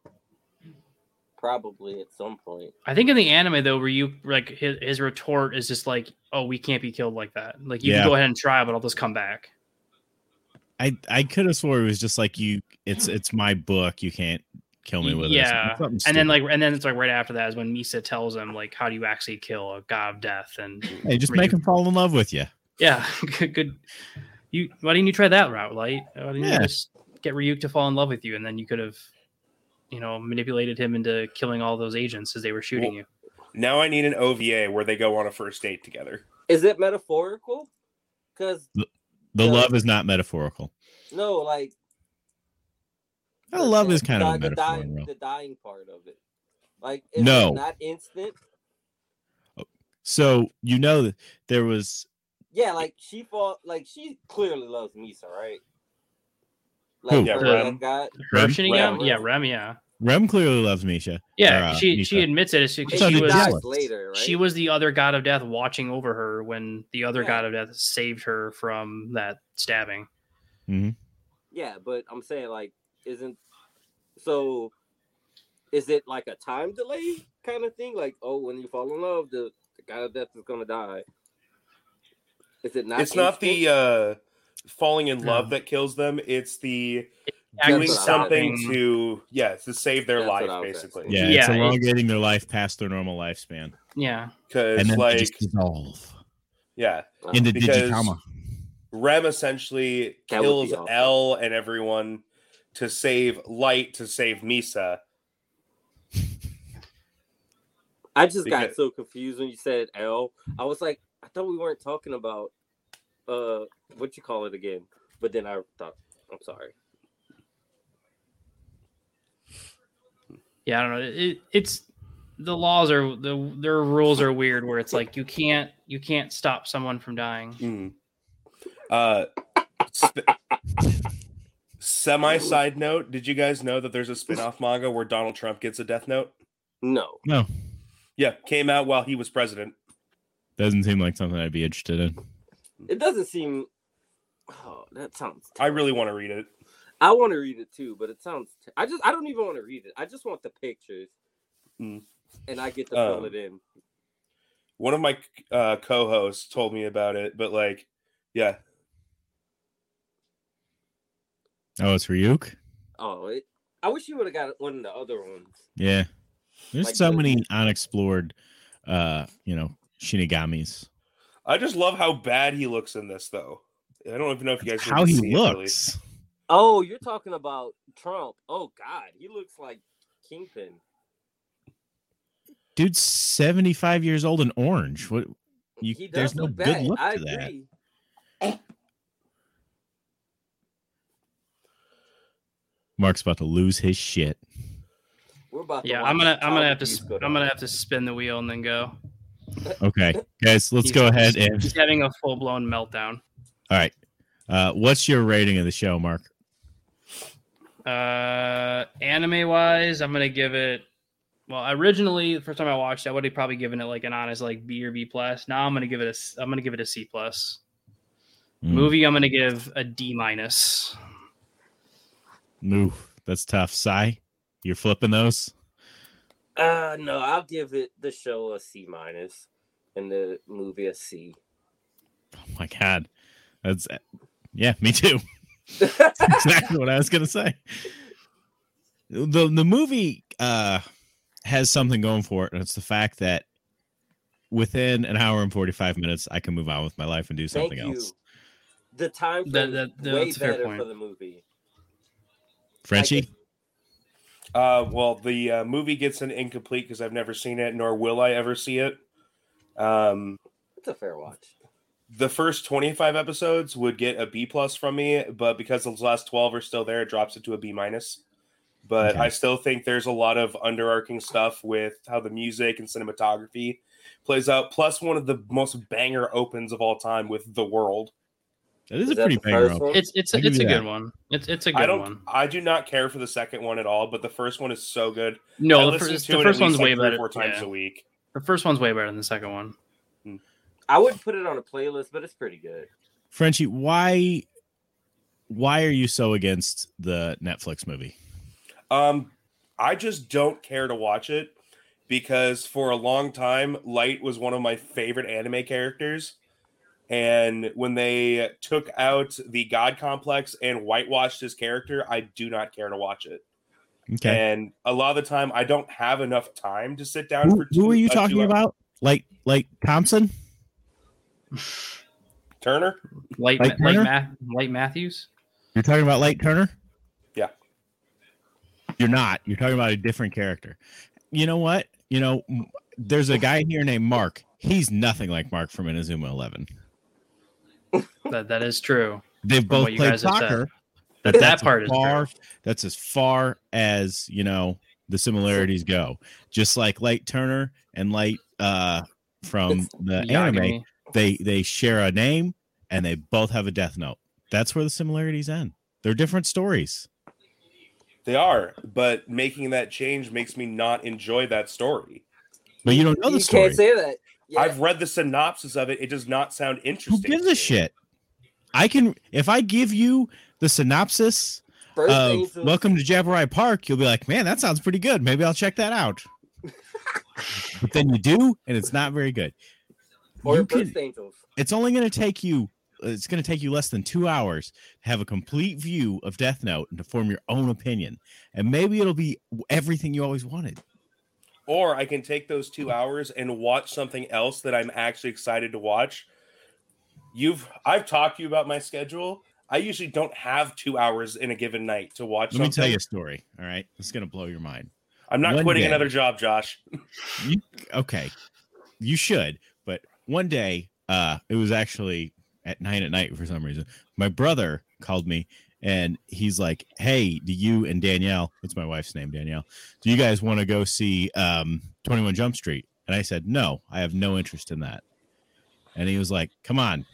S5: probably at some point.
S1: I think in the anime though, Ryuk like his, his retort is just like, "Oh, we can't be killed like that. Like you
S3: Yeah.
S1: can go ahead and try, but I'll just come back."
S3: I I could have swore it was just like you. It's it's my book. You can't kill me with it.
S1: Yeah, And then like, and then it's like right after that is when Misa tells him like, "How do you actually kill a god of death?" And
S3: hey, just make
S1: Ryuk-
S3: him fall in love with you.
S1: Yeah, good. good. You why didn't you try that route, Light? Why didn't
S3: Yeah.
S1: you just get Ryuk to fall in love with you, and then you could have, you know, manipulated him into killing all those agents as they were shooting
S4: Well-
S1: you.
S4: Now I need an OVA where they go on a first date together.
S5: Is it metaphorical? Because
S3: The
S5: Yeah.
S3: love is not metaphorical.
S5: no, like
S3: Oh, love
S5: the-
S3: is kind of a
S5: the, the
S3: metaphor. in
S5: dying,
S3: real-
S5: the dying part of it. Like is it
S3: No.
S5: not instant.
S3: So you know that there was
S5: Yeah, like she fall like she clearly loves Misa, right?
S3: Who?
S5: Like
S4: Yeah,
S5: her
S1: Rem.
S5: that guy.
S3: Rem?
S1: Rem,
S5: Rem.
S1: yeah, Rem, yeah,
S3: Rem clearly loves Misha.
S1: yeah.
S3: Or, uh,
S1: she she
S3: Misa.
S1: admits it. It's
S5: And
S1: just-
S3: It's
S1: she
S3: on
S5: she
S3: the
S1: was
S5: dies
S3: jealous.
S5: later, right?
S1: she was the other god of death watching over her when the other
S5: Yeah.
S1: god of death saved her from that stabbing.
S5: Yeah, but I'm saying like isn't so is it like a time delay kind of thing? Like, oh, when you fall in love, the, the god of death is gonna die. Is it not
S4: it's not the
S5: instant?
S4: uh falling in
S1: No.
S4: love that kills them, it's the
S5: That's
S4: doing
S5: what I
S4: something to yeah, to save their
S5: That's what I
S4: life
S5: was
S4: basically.
S5: asking.
S3: Yeah,
S1: Yeah,
S3: it's
S1: it's-
S3: elongating their life past their normal lifespan,
S1: Yeah,
S4: Cuz
S3: and then they
S4: like
S3: just dissolve
S4: yeah,
S3: into
S4: because-
S3: digitama.
S4: Rem essentially
S5: That would
S4: kills
S5: be awful.
S4: L and everyone to save Light to save Misa.
S5: I just got
S4: uh, because-
S5: so confused when you said L. I was like, I thought we weren't talking about uh what you call it again. But then I thought, I'm sorry.
S1: yeah. I don't know. It, it's the laws are the their rules are weird where it's like you can't you can't stop someone from dying.
S4: Mm. Uh, sp- semi side note: Did you guys know that there's a spin off manga where Donald Trump gets a death note?
S5: No.
S3: No,
S4: Yeah, came out while he was president.
S3: doesn't seem like something I'd be interested in.
S5: It doesn't seem oh, that sounds
S4: I really want to read it.
S5: I want to read it too, but it sounds. T- I just I don't even want to read it. I just want the pictures,
S4: Mm.
S5: and I get to fill
S4: Um,
S5: it in.
S4: One of my uh, co-hosts told me about it, but like, yeah,
S3: Oh, it's Ryuk.
S5: Oh, it, I wish you would have got one of the other ones.
S3: Yeah, there's
S5: Like
S3: so
S5: the-
S3: many unexplored, uh, you know, shinigamis.
S4: I just love how bad he looks in this, though. I don't even know if you guys
S3: That's
S4: need
S3: how
S4: to
S3: he
S4: see it, really.
S3: looks.
S5: Oh, you're talking about Trump. Oh God, he looks like Kingpin.
S3: Dude's 75 years old and orange. What? You,
S5: he does
S3: there's no
S5: look
S3: good
S5: bad.
S3: look to
S5: I
S3: that.
S5: agree.
S3: Mark's about to lose his shit.
S5: We're about.
S1: Yeah,
S5: to
S1: I'm gonna
S5: watch
S1: I'm gonna
S5: child
S1: have to
S5: abuse
S1: sp-
S5: go
S1: I'm gonna
S5: down.
S1: have to spin the wheel and then go.
S3: Okay, guys, let's
S1: He's-
S3: go ahead
S1: he's-
S3: and
S1: he's having a full blown meltdown.
S3: all right. Uh, what's your rating of the show, Mark?
S1: Uh, anime wise, I'm gonna give it. Well, originally the first time I watched, it, I would have probably given it like an honest like B or B plus. Now I'm gonna give it a s- I'm gonna give it a C plus.
S3: Mm,
S1: Movie, I'm gonna give a D minus.
S3: Oof, Mm, that's tough. Sigh. You're flipping those.
S5: Uh, no, I'll give it the show a C minus, and the movie a C.
S3: Oh my god, that's yeah, me too. That's exactly what I was gonna say. the The movie uh, has something going for it, and it's the fact that within an hour and forty five minutes, I can move on with my life and do something
S5: Thank
S3: else.
S5: you. The time
S1: That-
S5: frame
S1: that-
S5: way
S1: that's a fair
S5: better
S1: point.
S5: for the movie.
S3: Frenchie?
S4: Uh, well, the uh, movie gets an incomplete because I've never seen it, nor will I ever see it. Um,
S5: It's a fair watch.
S4: the first 25 episodes would get a B plus from me, but because those last 12 are still there, it drops it to a B minus. But
S3: Okay.
S4: I still think there's a lot of underarching stuff with how the music and cinematography plays out. Plus, one of the most banger opens of all time with "The World."
S3: That is,
S5: Is
S3: a
S5: that
S3: pretty
S5: the
S3: banger.
S5: first
S3: op-
S5: one?
S1: It's it's
S3: I'll
S1: a,
S3: give
S1: it's a
S3: you
S1: good
S3: that.
S1: one. It's it's a
S4: I
S1: good
S4: don't,
S1: one.
S4: I do not care for the second one at all, but the first one is so good. I
S1: No, the,
S4: listen
S1: first,
S4: to
S1: the
S4: it at
S1: first one's
S4: least, like,
S1: way
S4: three or
S1: better.
S4: Four times
S1: yeah.
S4: a week.
S1: The first one's way better than the second one.
S5: I would put it on a playlist, but it's pretty good.
S3: Frenchie, why why are you so against the Netflix movie?
S4: Um, I just don't care to watch it because for a long time, Light was one of my favorite anime characters. And when they took out the God complex and whitewashed his character, I do not care to watch it.
S3: Okay.
S4: And a lot of the time, I don't have enough time to sit down
S3: who,
S4: for.
S3: who are you
S4: a
S3: talking
S4: two-hour-
S3: about? Like like Thompson?
S4: Turner.
S1: Light
S3: Like
S1: Ma-
S3: Turner?
S1: Light, Math, Light Matthews.
S3: You're talking about Light Turner?
S4: Yeah.
S3: You're not. You're talking about a different character. You know what? You know, m- there's a guy here named Mark. He's nothing like Mark from Inazuma Eleven.
S1: That that is true.
S3: They've both
S1: what you
S3: played
S1: guys have said.
S3: soccer.
S1: That
S3: That's
S1: that
S3: as
S1: part is
S3: far,
S1: true.
S3: that's as far as you know the similarities go. Just like Light Turner and Light uh, from the anime,
S1: Yagami.
S3: they they share a name and they both have a death note. That's where the similarities end. They're different stories.
S4: They are, but making that change makes me not enjoy that story.
S3: But you don't know the
S5: you
S3: story.
S5: can't say that. Yeah,
S4: I've read the synopsis of it; it does not sound interesting.
S3: Who gives
S4: to
S3: a
S4: me.
S3: shit? I can if I give you the synopsis
S5: first
S3: of
S5: things was-
S3: um, Welcome to Jabberai Park, you'll be like, "Man, that sounds pretty good. Maybe I'll check that out." but then you do, and it's not very good.
S5: or
S3: you
S5: Burst
S3: can-
S5: Angels.
S3: It's only going to take you. It's going to take you less than two hours to have a complete view of Death Note and to form your own opinion, and maybe it'll be everything you always wanted.
S4: or I can take those two hours and watch something else that I'm actually excited to watch. You've I've talked to you about my schedule. I usually don't have two hours in a given night to watch.
S3: Let me tell
S4: something.
S3: you a story. All right, it's going to blow your mind.
S4: I'm not
S3: one
S4: quitting
S3: day.
S4: another job, Josh.
S3: okay you should but one day uh it was actually at nine at night for some reason my brother called me and he's like hey do you and danielle what's my wife's name danielle do you guys want to go see um 21 jump street and i said no i have no interest in that and he was like come on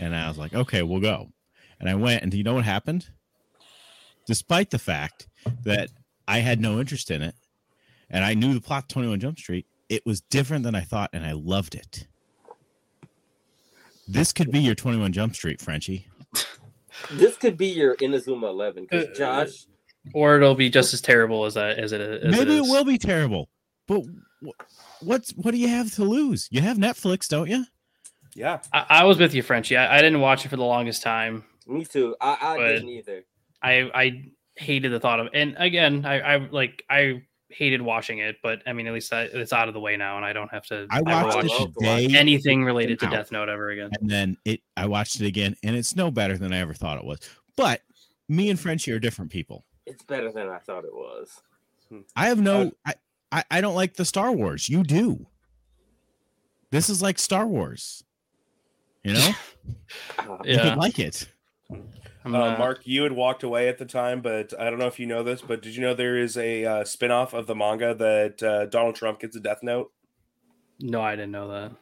S3: and i was like okay we'll go and i went and do you know what happened despite the fact that i had no interest in it and i knew the plot to 21 jump street it was different than I thought, and I loved it. This could be your 21 Jump Street, Frenchie.
S5: This could be your Inazuma Eleven because Josh.
S1: or it'll be just as terrible as that as it as
S3: Maybe it
S1: is.
S3: will be terrible, but wh- what's what do you have to lose? You have Netflix, don't you?
S4: Yeah,
S1: I, I was with you, Frenchie. I, I didn't watch it for the longest time.
S5: Me too. I, I
S1: But-
S5: didn't either.
S1: I I hated the thought of, and again, I, I like I hated watching it, but I mean, at least I, it's out of the way now, and I don't have to.
S3: I
S1: ever
S3: watched
S5: watched
S3: it
S5: it.
S3: today,
S1: anything related to
S3: Out.
S1: Death Note ever again.
S3: and then it. I watched it again, and it's no better than I ever thought it was. But me and Frenchie are different people.
S5: It's better than I thought it was.
S3: I have no.
S1: Uh,
S3: I I, I don't like the Star Wars. You do. This is like Star Wars. You know, you
S1: Yeah,
S3: could like it.
S1: I'm
S4: uh,
S1: not-
S4: Mark, you had walked away at the time, but I don't know if you know this, but did you know there is a uh, spinoff of the manga that uh, Donald Trump gets a death note?
S1: No, I didn't know that.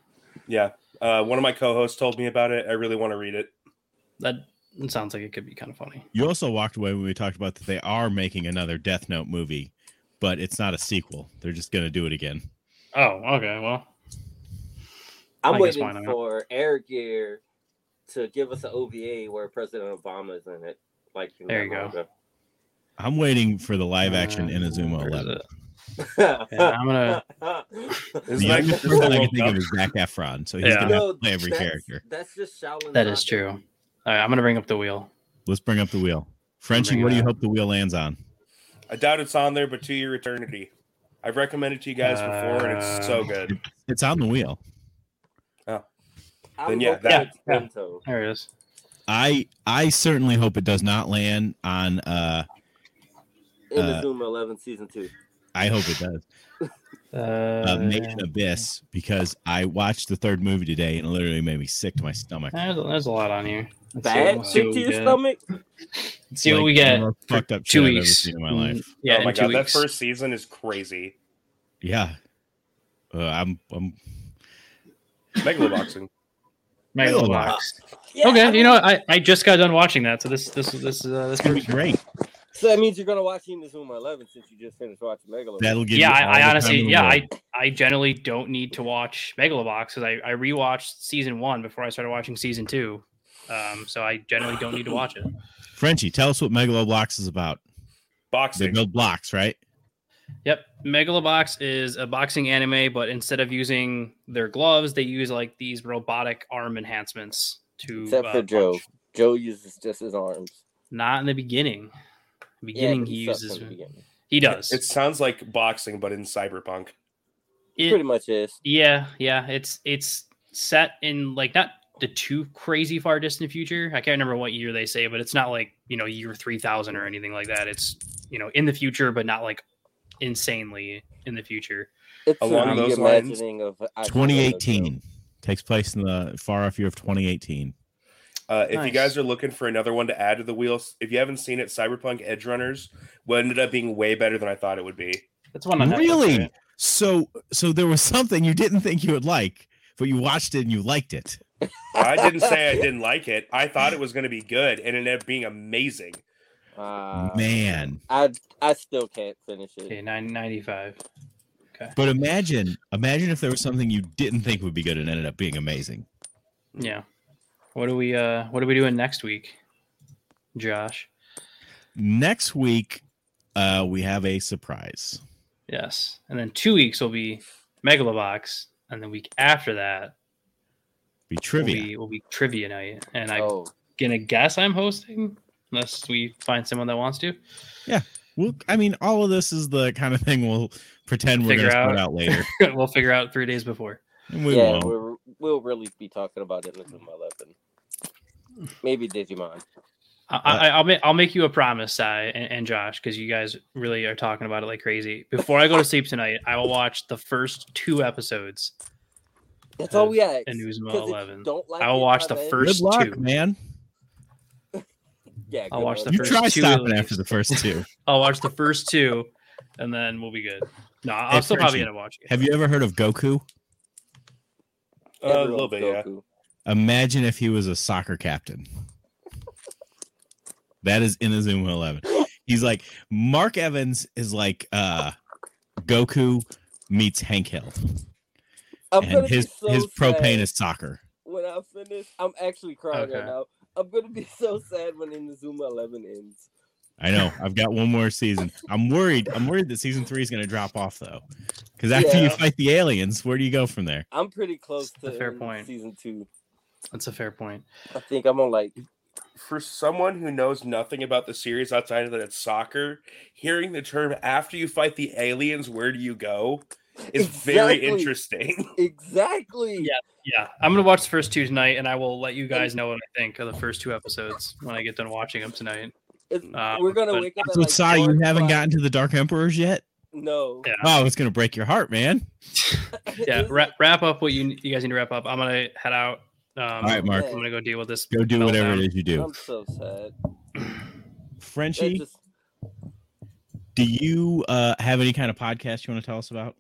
S4: Yeah, uh, one of my co-hosts told me about it. I really want to read it.
S1: That sounds like it could be kind of funny.
S3: You also walked away when we talked about that they are making another Death Note movie, but it's not a sequel. They're just going to do it again.
S1: Oh, okay. Well,
S5: I'm
S1: I guess why
S5: waiting
S1: not?
S5: for Air Gear to give us an OVA where President Obama's in it. Like in
S1: There
S5: that
S1: you go.
S5: manga.
S3: I'm waiting for the live action
S1: Uh,
S3: Inazuma
S1: where is
S3: 11.
S1: it? Yeah, I'm gonna.
S4: Isn't
S3: The
S4: that
S3: only
S4: just the
S3: person I can
S4: World
S3: think of
S4: Cup?
S3: is Zac Efron, so he's
S1: Yeah.
S3: going to have
S5: No,
S3: to play every
S5: that's-
S3: character.
S5: That's just Shaolin.
S1: That is
S5: Soccer.
S1: true. All right, I'm gonna bring up the wheel.
S3: Let's bring up the wheel. Frenchie,
S1: Bring it
S3: what do you
S1: up.
S3: hope the wheel lands on?
S4: I doubt it's on there, but to your eternity. I've recommended it to you guys before, and it's so
S1: Uh,
S4: good.
S3: It's on the wheel.
S5: I'm
S4: Then yeah,
S5: hoping
S4: that-
S5: it's
S1: yeah.
S5: Bento.
S1: There it is.
S3: I I certainly hope it does not land on uh
S5: in
S3: Uh,
S5: Azuma Eleven season two.
S3: I hope it does.
S1: Uh,
S3: Uh, Made in Abyss because I watched the third movie today and it literally made me sick to my stomach.
S1: there's, there's a lot on here. Let's see what-
S5: Bad
S1: let's see
S5: shit
S1: what
S5: to
S1: we
S5: your
S1: get.
S5: stomach.
S1: Let's see what
S3: Like,
S1: we
S3: the
S1: get.
S3: most
S1: for
S3: fucked up
S1: two
S3: shit I've ever
S1: weeks
S3: seen in my life.
S1: Yeah,
S4: oh my
S1: in two
S4: god,
S1: weeks.
S4: that first season is crazy.
S3: Yeah. Uh, I'm I'm
S4: Megaloboxing.
S1: Megalobox.
S5: Yeah, I
S1: okay,
S5: mean,
S1: you know what? I, I just got done watching that, so this this this is uh, this.
S3: it's gonna be great.
S5: So that means you're gonna watch Inazuma Eleven since you just finished watching Megalo.
S3: That'll give
S1: yeah,
S3: you all
S1: I,
S3: the
S1: I
S3: time
S1: honestly,
S3: in the
S1: yeah,
S3: world.
S1: I I generally don't need to watch Megalobox because I I rewatched season one before I started watching season two, um, so I generally don't need to watch it.
S3: Frenchie, tell us what Megaloblocks is about. They
S4: Boxing.
S3: build blocks, right?
S1: Yep. Megalobox is a boxing anime, but instead of using their gloves, they use like these robotic arm enhancements to
S5: Except
S1: uh,
S5: for Joe.
S1: punch.
S5: Joe uses just his arms.
S1: Not in the beginning. The
S5: Yeah,
S1: beginning
S5: but
S1: he
S5: sucks in
S1: uses
S5: the beginning.
S1: he does.
S4: It sounds like boxing, but in cyberpunk.
S1: It-
S5: Pretty much is.
S1: yeah, yeah. It's it's set in like not the too crazy far distant future. I can't remember what year they say, but it's not like, you know, year three thousand or anything like that. It's you know, in the future, but not like insanely in the future.
S5: It's
S4: Along
S5: a
S4: those
S5: reimagining of Akira, though.
S3: 2018 takes place in the far off year of 2018.
S4: Uh, if you
S1: Nice.
S4: guys are looking for another one to add to the wheels, if you haven't seen it, Cyberpunk Edge Runners well, it ended up being way better than I thought it would be.
S1: That's one on Netflix,
S3: really?
S1: right?
S3: So so there was something you didn't think you would like, but you watched it and you liked it.
S4: I didn't say I didn't like it. I thought it was going to be good, and it ended up being amazing.
S5: Ah,
S3: Man.
S5: I I still can't finish it.
S1: Okay, nine ninety five.
S3: But imagine, imagine if there was something you didn't think would be good and ended up being amazing.
S1: Yeah. What are we uh what are we doing next week? Josh.
S3: Next week, uh, we have a surprise.
S1: Yes. And then two weeks will be Megalobox. And the week after that
S3: Be
S1: will
S3: trivia.
S1: be, will be trivia night. And I'm
S5: Oh,
S1: gonna guess I'm hosting unless we find someone that wants to.
S3: Well, I mean, all of this is the kind of thing we'll pretend we're
S1: Figure
S3: going
S1: out.
S3: to sort out later.
S1: we'll figure out three days before.
S3: And we
S5: yeah,
S3: won't.
S5: we're, we'll really be talking about it in Inazuma Eleven. Maybe Digimon.
S1: I,
S3: Uh,
S1: I, I'll make I'll make you a promise, Sai and, and Josh, because you guys really are talking about it like crazy. Before I go to sleep tonight, I will watch the first two episodes.
S5: That's all we ask.
S1: and Inazuma
S5: 'cause if you
S1: 11.
S5: Don't like
S1: I will
S5: it
S1: watch
S5: by
S1: the
S5: then-
S1: first-
S3: Good luck,
S1: two.
S3: man.
S5: Yeah,
S1: I'll
S5: good
S1: watch
S5: luck.
S1: the
S3: You
S1: first
S3: try
S1: two
S3: stopping
S1: movies.
S3: after the first two.
S1: I'll watch the first two, and then we'll be good. No, I'll
S3: Hey,
S1: still probably end
S3: Frenchie,
S1: up watching it.
S3: Have you ever heard of Goku?
S4: Uh, a
S5: Everyone's
S4: little bit, yeah.
S5: Goku.
S3: Imagine if he was a soccer captain. That is Inazuma Eleven. He's like Mark Evans is like uh Goku meets Hank Hill,
S5: I'm gonna
S3: and
S5: be
S3: his
S5: so
S3: his propane
S5: sad
S3: is soccer.
S5: when I finish. I'm actually crying
S1: Okay.
S5: right now. I'm gonna be so sad when Inazuma Eleven ends.
S3: I know. I've got one more season. I'm worried. I'm worried that season three is going to drop off though, because after you
S5: Yeah.
S3: fight the aliens, where do you go from there?
S5: I'm pretty close
S1: That's
S5: to
S1: a fair
S5: end
S1: point.
S5: season two.
S1: That's a fair point.
S5: I think I'm on like
S4: For someone who knows nothing about the series outside of that it's soccer, hearing the term "after you fight the aliens, where do you go?" is very
S5: Exactly.
S4: interesting.
S5: exactly.
S1: Yeah. Yeah, I'm gonna watch the first two tonight, and I will let you guys know what I think of the first two episodes when I get done watching them tonight.
S5: It's-
S4: Uh,
S1: Um,
S5: we're gonna
S1: but-
S5: wake up.
S3: That's
S5: at,
S3: what
S5: like,
S3: Sai,
S5: four
S3: you haven't
S5: o'clock.
S3: gotten to the Dark Emperors yet.
S5: No.
S1: Yeah.
S3: Oh, it's going to break your heart, man.
S1: yeah,
S5: It's
S1: wrap, wrap up what you you guys need to wrap up. I'm gonna head out. Um,
S3: All right, Mark,
S1: I'm gonna go deal with this.
S3: go do whatever
S1: meltdown.
S3: it is you
S5: like-
S3: do.
S5: I'm so sad. That
S3: Frenchie,
S5: just,
S3: do you uh, have any kind of podcast you want to tell us about?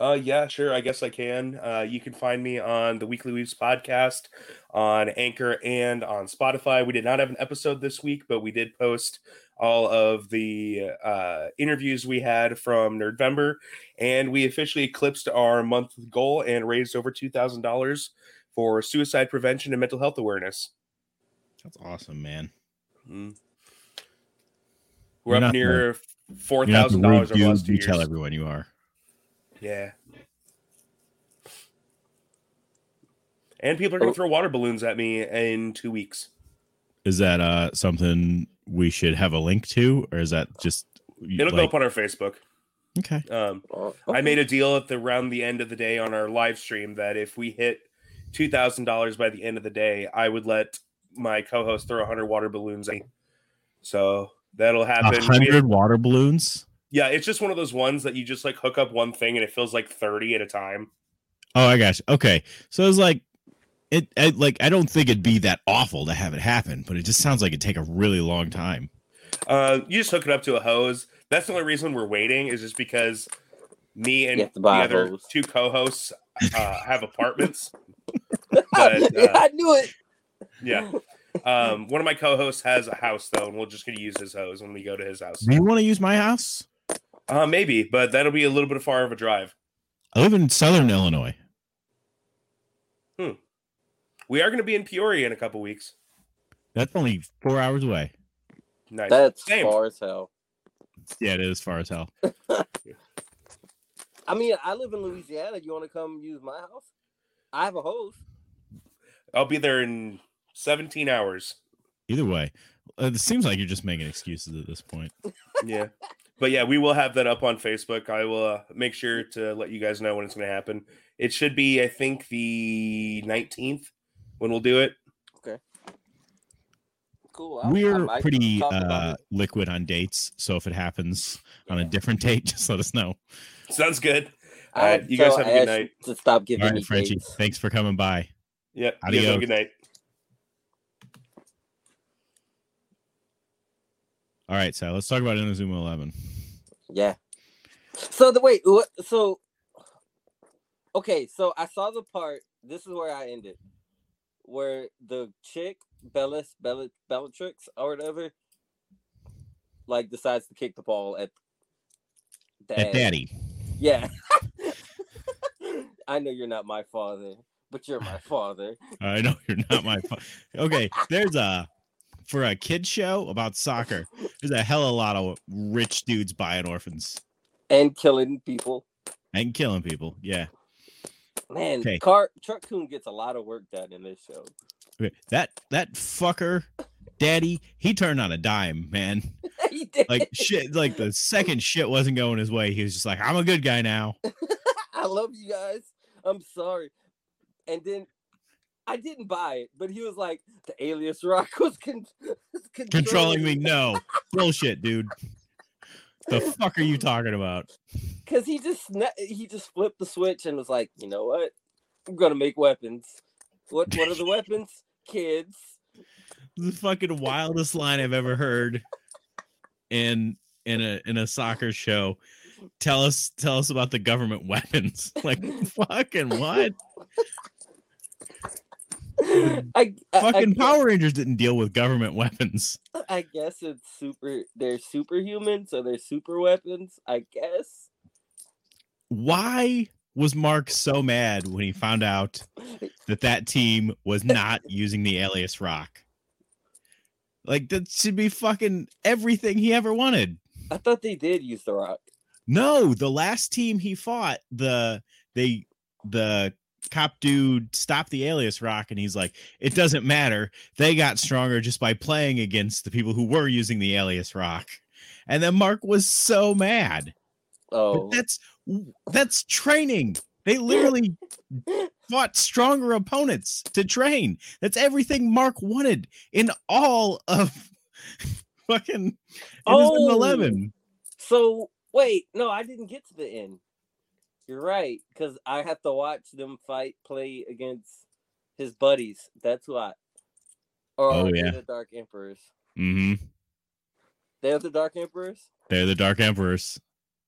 S4: Uh, yeah, sure. I guess I can. Uh, you can find me on the Weekly Weaves podcast on Anchor and on Spotify. We did not have an episode this week, but we did post all of the uh, interviews we had from Nerdvember, and we officially eclipsed our month goal and raised over two thousand dollars for suicide prevention and mental health awareness. Hmm.
S3: That's awesome, man.
S4: We're
S3: You're
S4: up
S3: not
S4: near four
S3: You have to
S4: thousand dollars over the
S3: review-
S4: last two
S3: you tell
S4: years.
S3: everyone you are.
S4: Yeah. And people are going
S5: Oh.
S4: to throw water balloons at me in two weeks.
S3: Is that uh, something we should have a link to, or is that just
S4: It'll go up on our Facebook.
S3: okay?
S4: Um,
S5: oh,
S4: I made a deal at the around the end of the day on our live stream that if we hit two thousand dollars by the end of the day, I would let my co-host throw hundred water balloons. At me. So That'll
S3: A
S4: happen.
S3: hundred water balloons.
S4: Yeah, it's just one of those ones that you just like hook up one thing and it feels like 30 at a time.
S3: Oh my gosh. Okay, so it's like it, it. Like I don't think it'd be that awful to have it happen, but it just sounds like it'd take a really long time.
S4: Uh, you just hook it up to a hose. That's the only reason we're waiting is just because me and
S5: You have
S4: the
S5: to buy a
S4: other
S5: hose.
S4: two co-hosts uh, have apartments. But,
S5: Yeah,
S4: uh,
S5: I knew it.
S4: Yeah. Um, one of my co-hosts has a house though, and we're just gonna use his hose when we go to his house.
S3: Do you want to use my house?
S4: Uh, maybe, but that'll be a little bit far of a drive.
S3: I live in Southern Illinois.
S4: We are gonna be in Peoria in a couple weeks.
S3: That's only four hours away.
S4: Nice.
S5: That's
S4: Same.
S5: far as hell.
S3: Yeah, it is far as hell.
S5: I mean, I live in Louisiana. You want to come use my house? I have a host.
S4: I'll be there in 17 hours.
S3: Either way, uh, it seems like you're just making excuses at this point.
S4: yeah but yeah we will have that up on facebook i will uh, make sure to let you guys know when it's going to happen it should be i think the 19th when we'll do it
S5: Cool. I- I
S3: We're
S5: might
S3: pretty
S5: talk about
S3: uh,
S5: it.
S3: liquid on dates, so if it happens on a different date, just let us know.
S4: sounds good all
S5: I
S4: right,
S5: would
S4: you guys
S5: tell
S4: have a good
S5: Ash
S4: night.
S5: To stop
S3: All
S5: giving me
S3: right, Frenchie,
S5: dates.
S3: thanks for coming by.
S4: yeah you guys have a
S3: Adios.
S4: good night
S3: All right, so let's talk about Inazuma Eleven.
S5: Yeah. So the wait, what, so okay, so I saw the part. This is where I ended, where the chick Bellis Bella Bellatrix or whatever, like decides to kick the ball at
S3: At Daddy,
S5: Yeah. I know you're not my father, but you're my father.
S3: I know you're not my. fa- okay, there's a for a kid show about soccer. There's a hell of a lot of rich dudes buying orphans
S5: And killing people.
S3: and killing people. Yeah,
S5: Man,
S3: Okay.
S5: car truck coon gets a lot of work done in this show.
S3: Okay, that that fucker, Daddy, he turned on a dime, man.
S5: he did.
S3: like shit like the second shit wasn't going his way he was just like i'm a good guy now
S5: I love you guys. I'm sorry. And then I didn't buy it, but he was like, the alias rock was con- was
S3: controlling me no bullshit dude the fuck are you talking about
S5: because he just sna- he just flipped the switch and was like, you know what? I'm gonna make weapons. What what are the weapons? Kids.
S3: the fucking wildest line i've ever heard in in a in a soccer show tell us tell us about the government weapons like fucking what
S5: I, I
S3: fucking
S5: I, guess-
S3: power rangers didn't deal with government weapons
S5: I guess it's super. They're superhuman, so they're super weapons. I guess.
S3: why was mark so mad when he found out that that team was not using the alias rock. Like that should be fucking everything he ever wanted.
S5: I thought they did use the rock.
S3: No, the last team he fought, the they the cop dude stopped the alias rock and he's like, it doesn't matter. They got stronger just by playing against the people who were using the alias rock. And then Mark was so mad.
S5: Oh,
S3: But that's that's training. They literally fought stronger opponents to train. That's everything Mark wanted in all of fucking
S5: Oh.
S3: oh. eleven.
S5: So wait, no, I didn't get to the end. You're right, because I have to watch them fight play against his buddies. That's why. Or
S3: Oh,
S5: are they
S3: yeah.
S5: the Dark Emperors.
S3: Mm-hmm.
S5: They're the Dark Emperors.
S3: They're the Dark Emperors.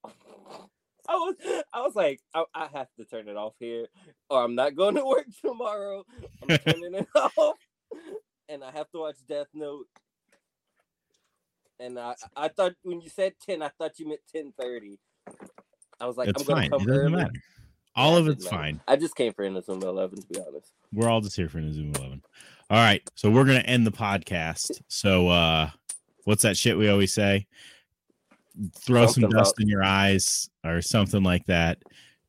S5: I was, I was like, I, I have to turn it off here, or I'm not going to work tomorrow. I'm turning it off, and I have to watch Death Note. And I, I thought when you said ten, I thought you meant ten thirty. I was like,
S3: it's
S5: I'm going to
S3: fine. It
S5: come
S3: doesn't
S5: early.
S3: matter. All
S5: Yeah,
S3: of
S5: it
S3: it's
S5: doesn't matter.
S3: fine.
S5: I just came for Innocent Eleven, to be honest.
S3: We're all just here for Zoom eleven. All right. So we're gonna end the podcast. So uh what's that shit we always say? Throw some
S5: Something
S3: dust
S5: about-
S3: in your eyes or something like that.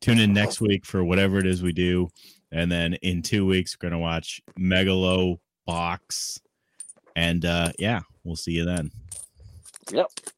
S3: Tune in next week for whatever it is we do. And then in two weeks, we're gonna watch Megalo Box. And uh yeah, we'll see you then.
S5: Yep.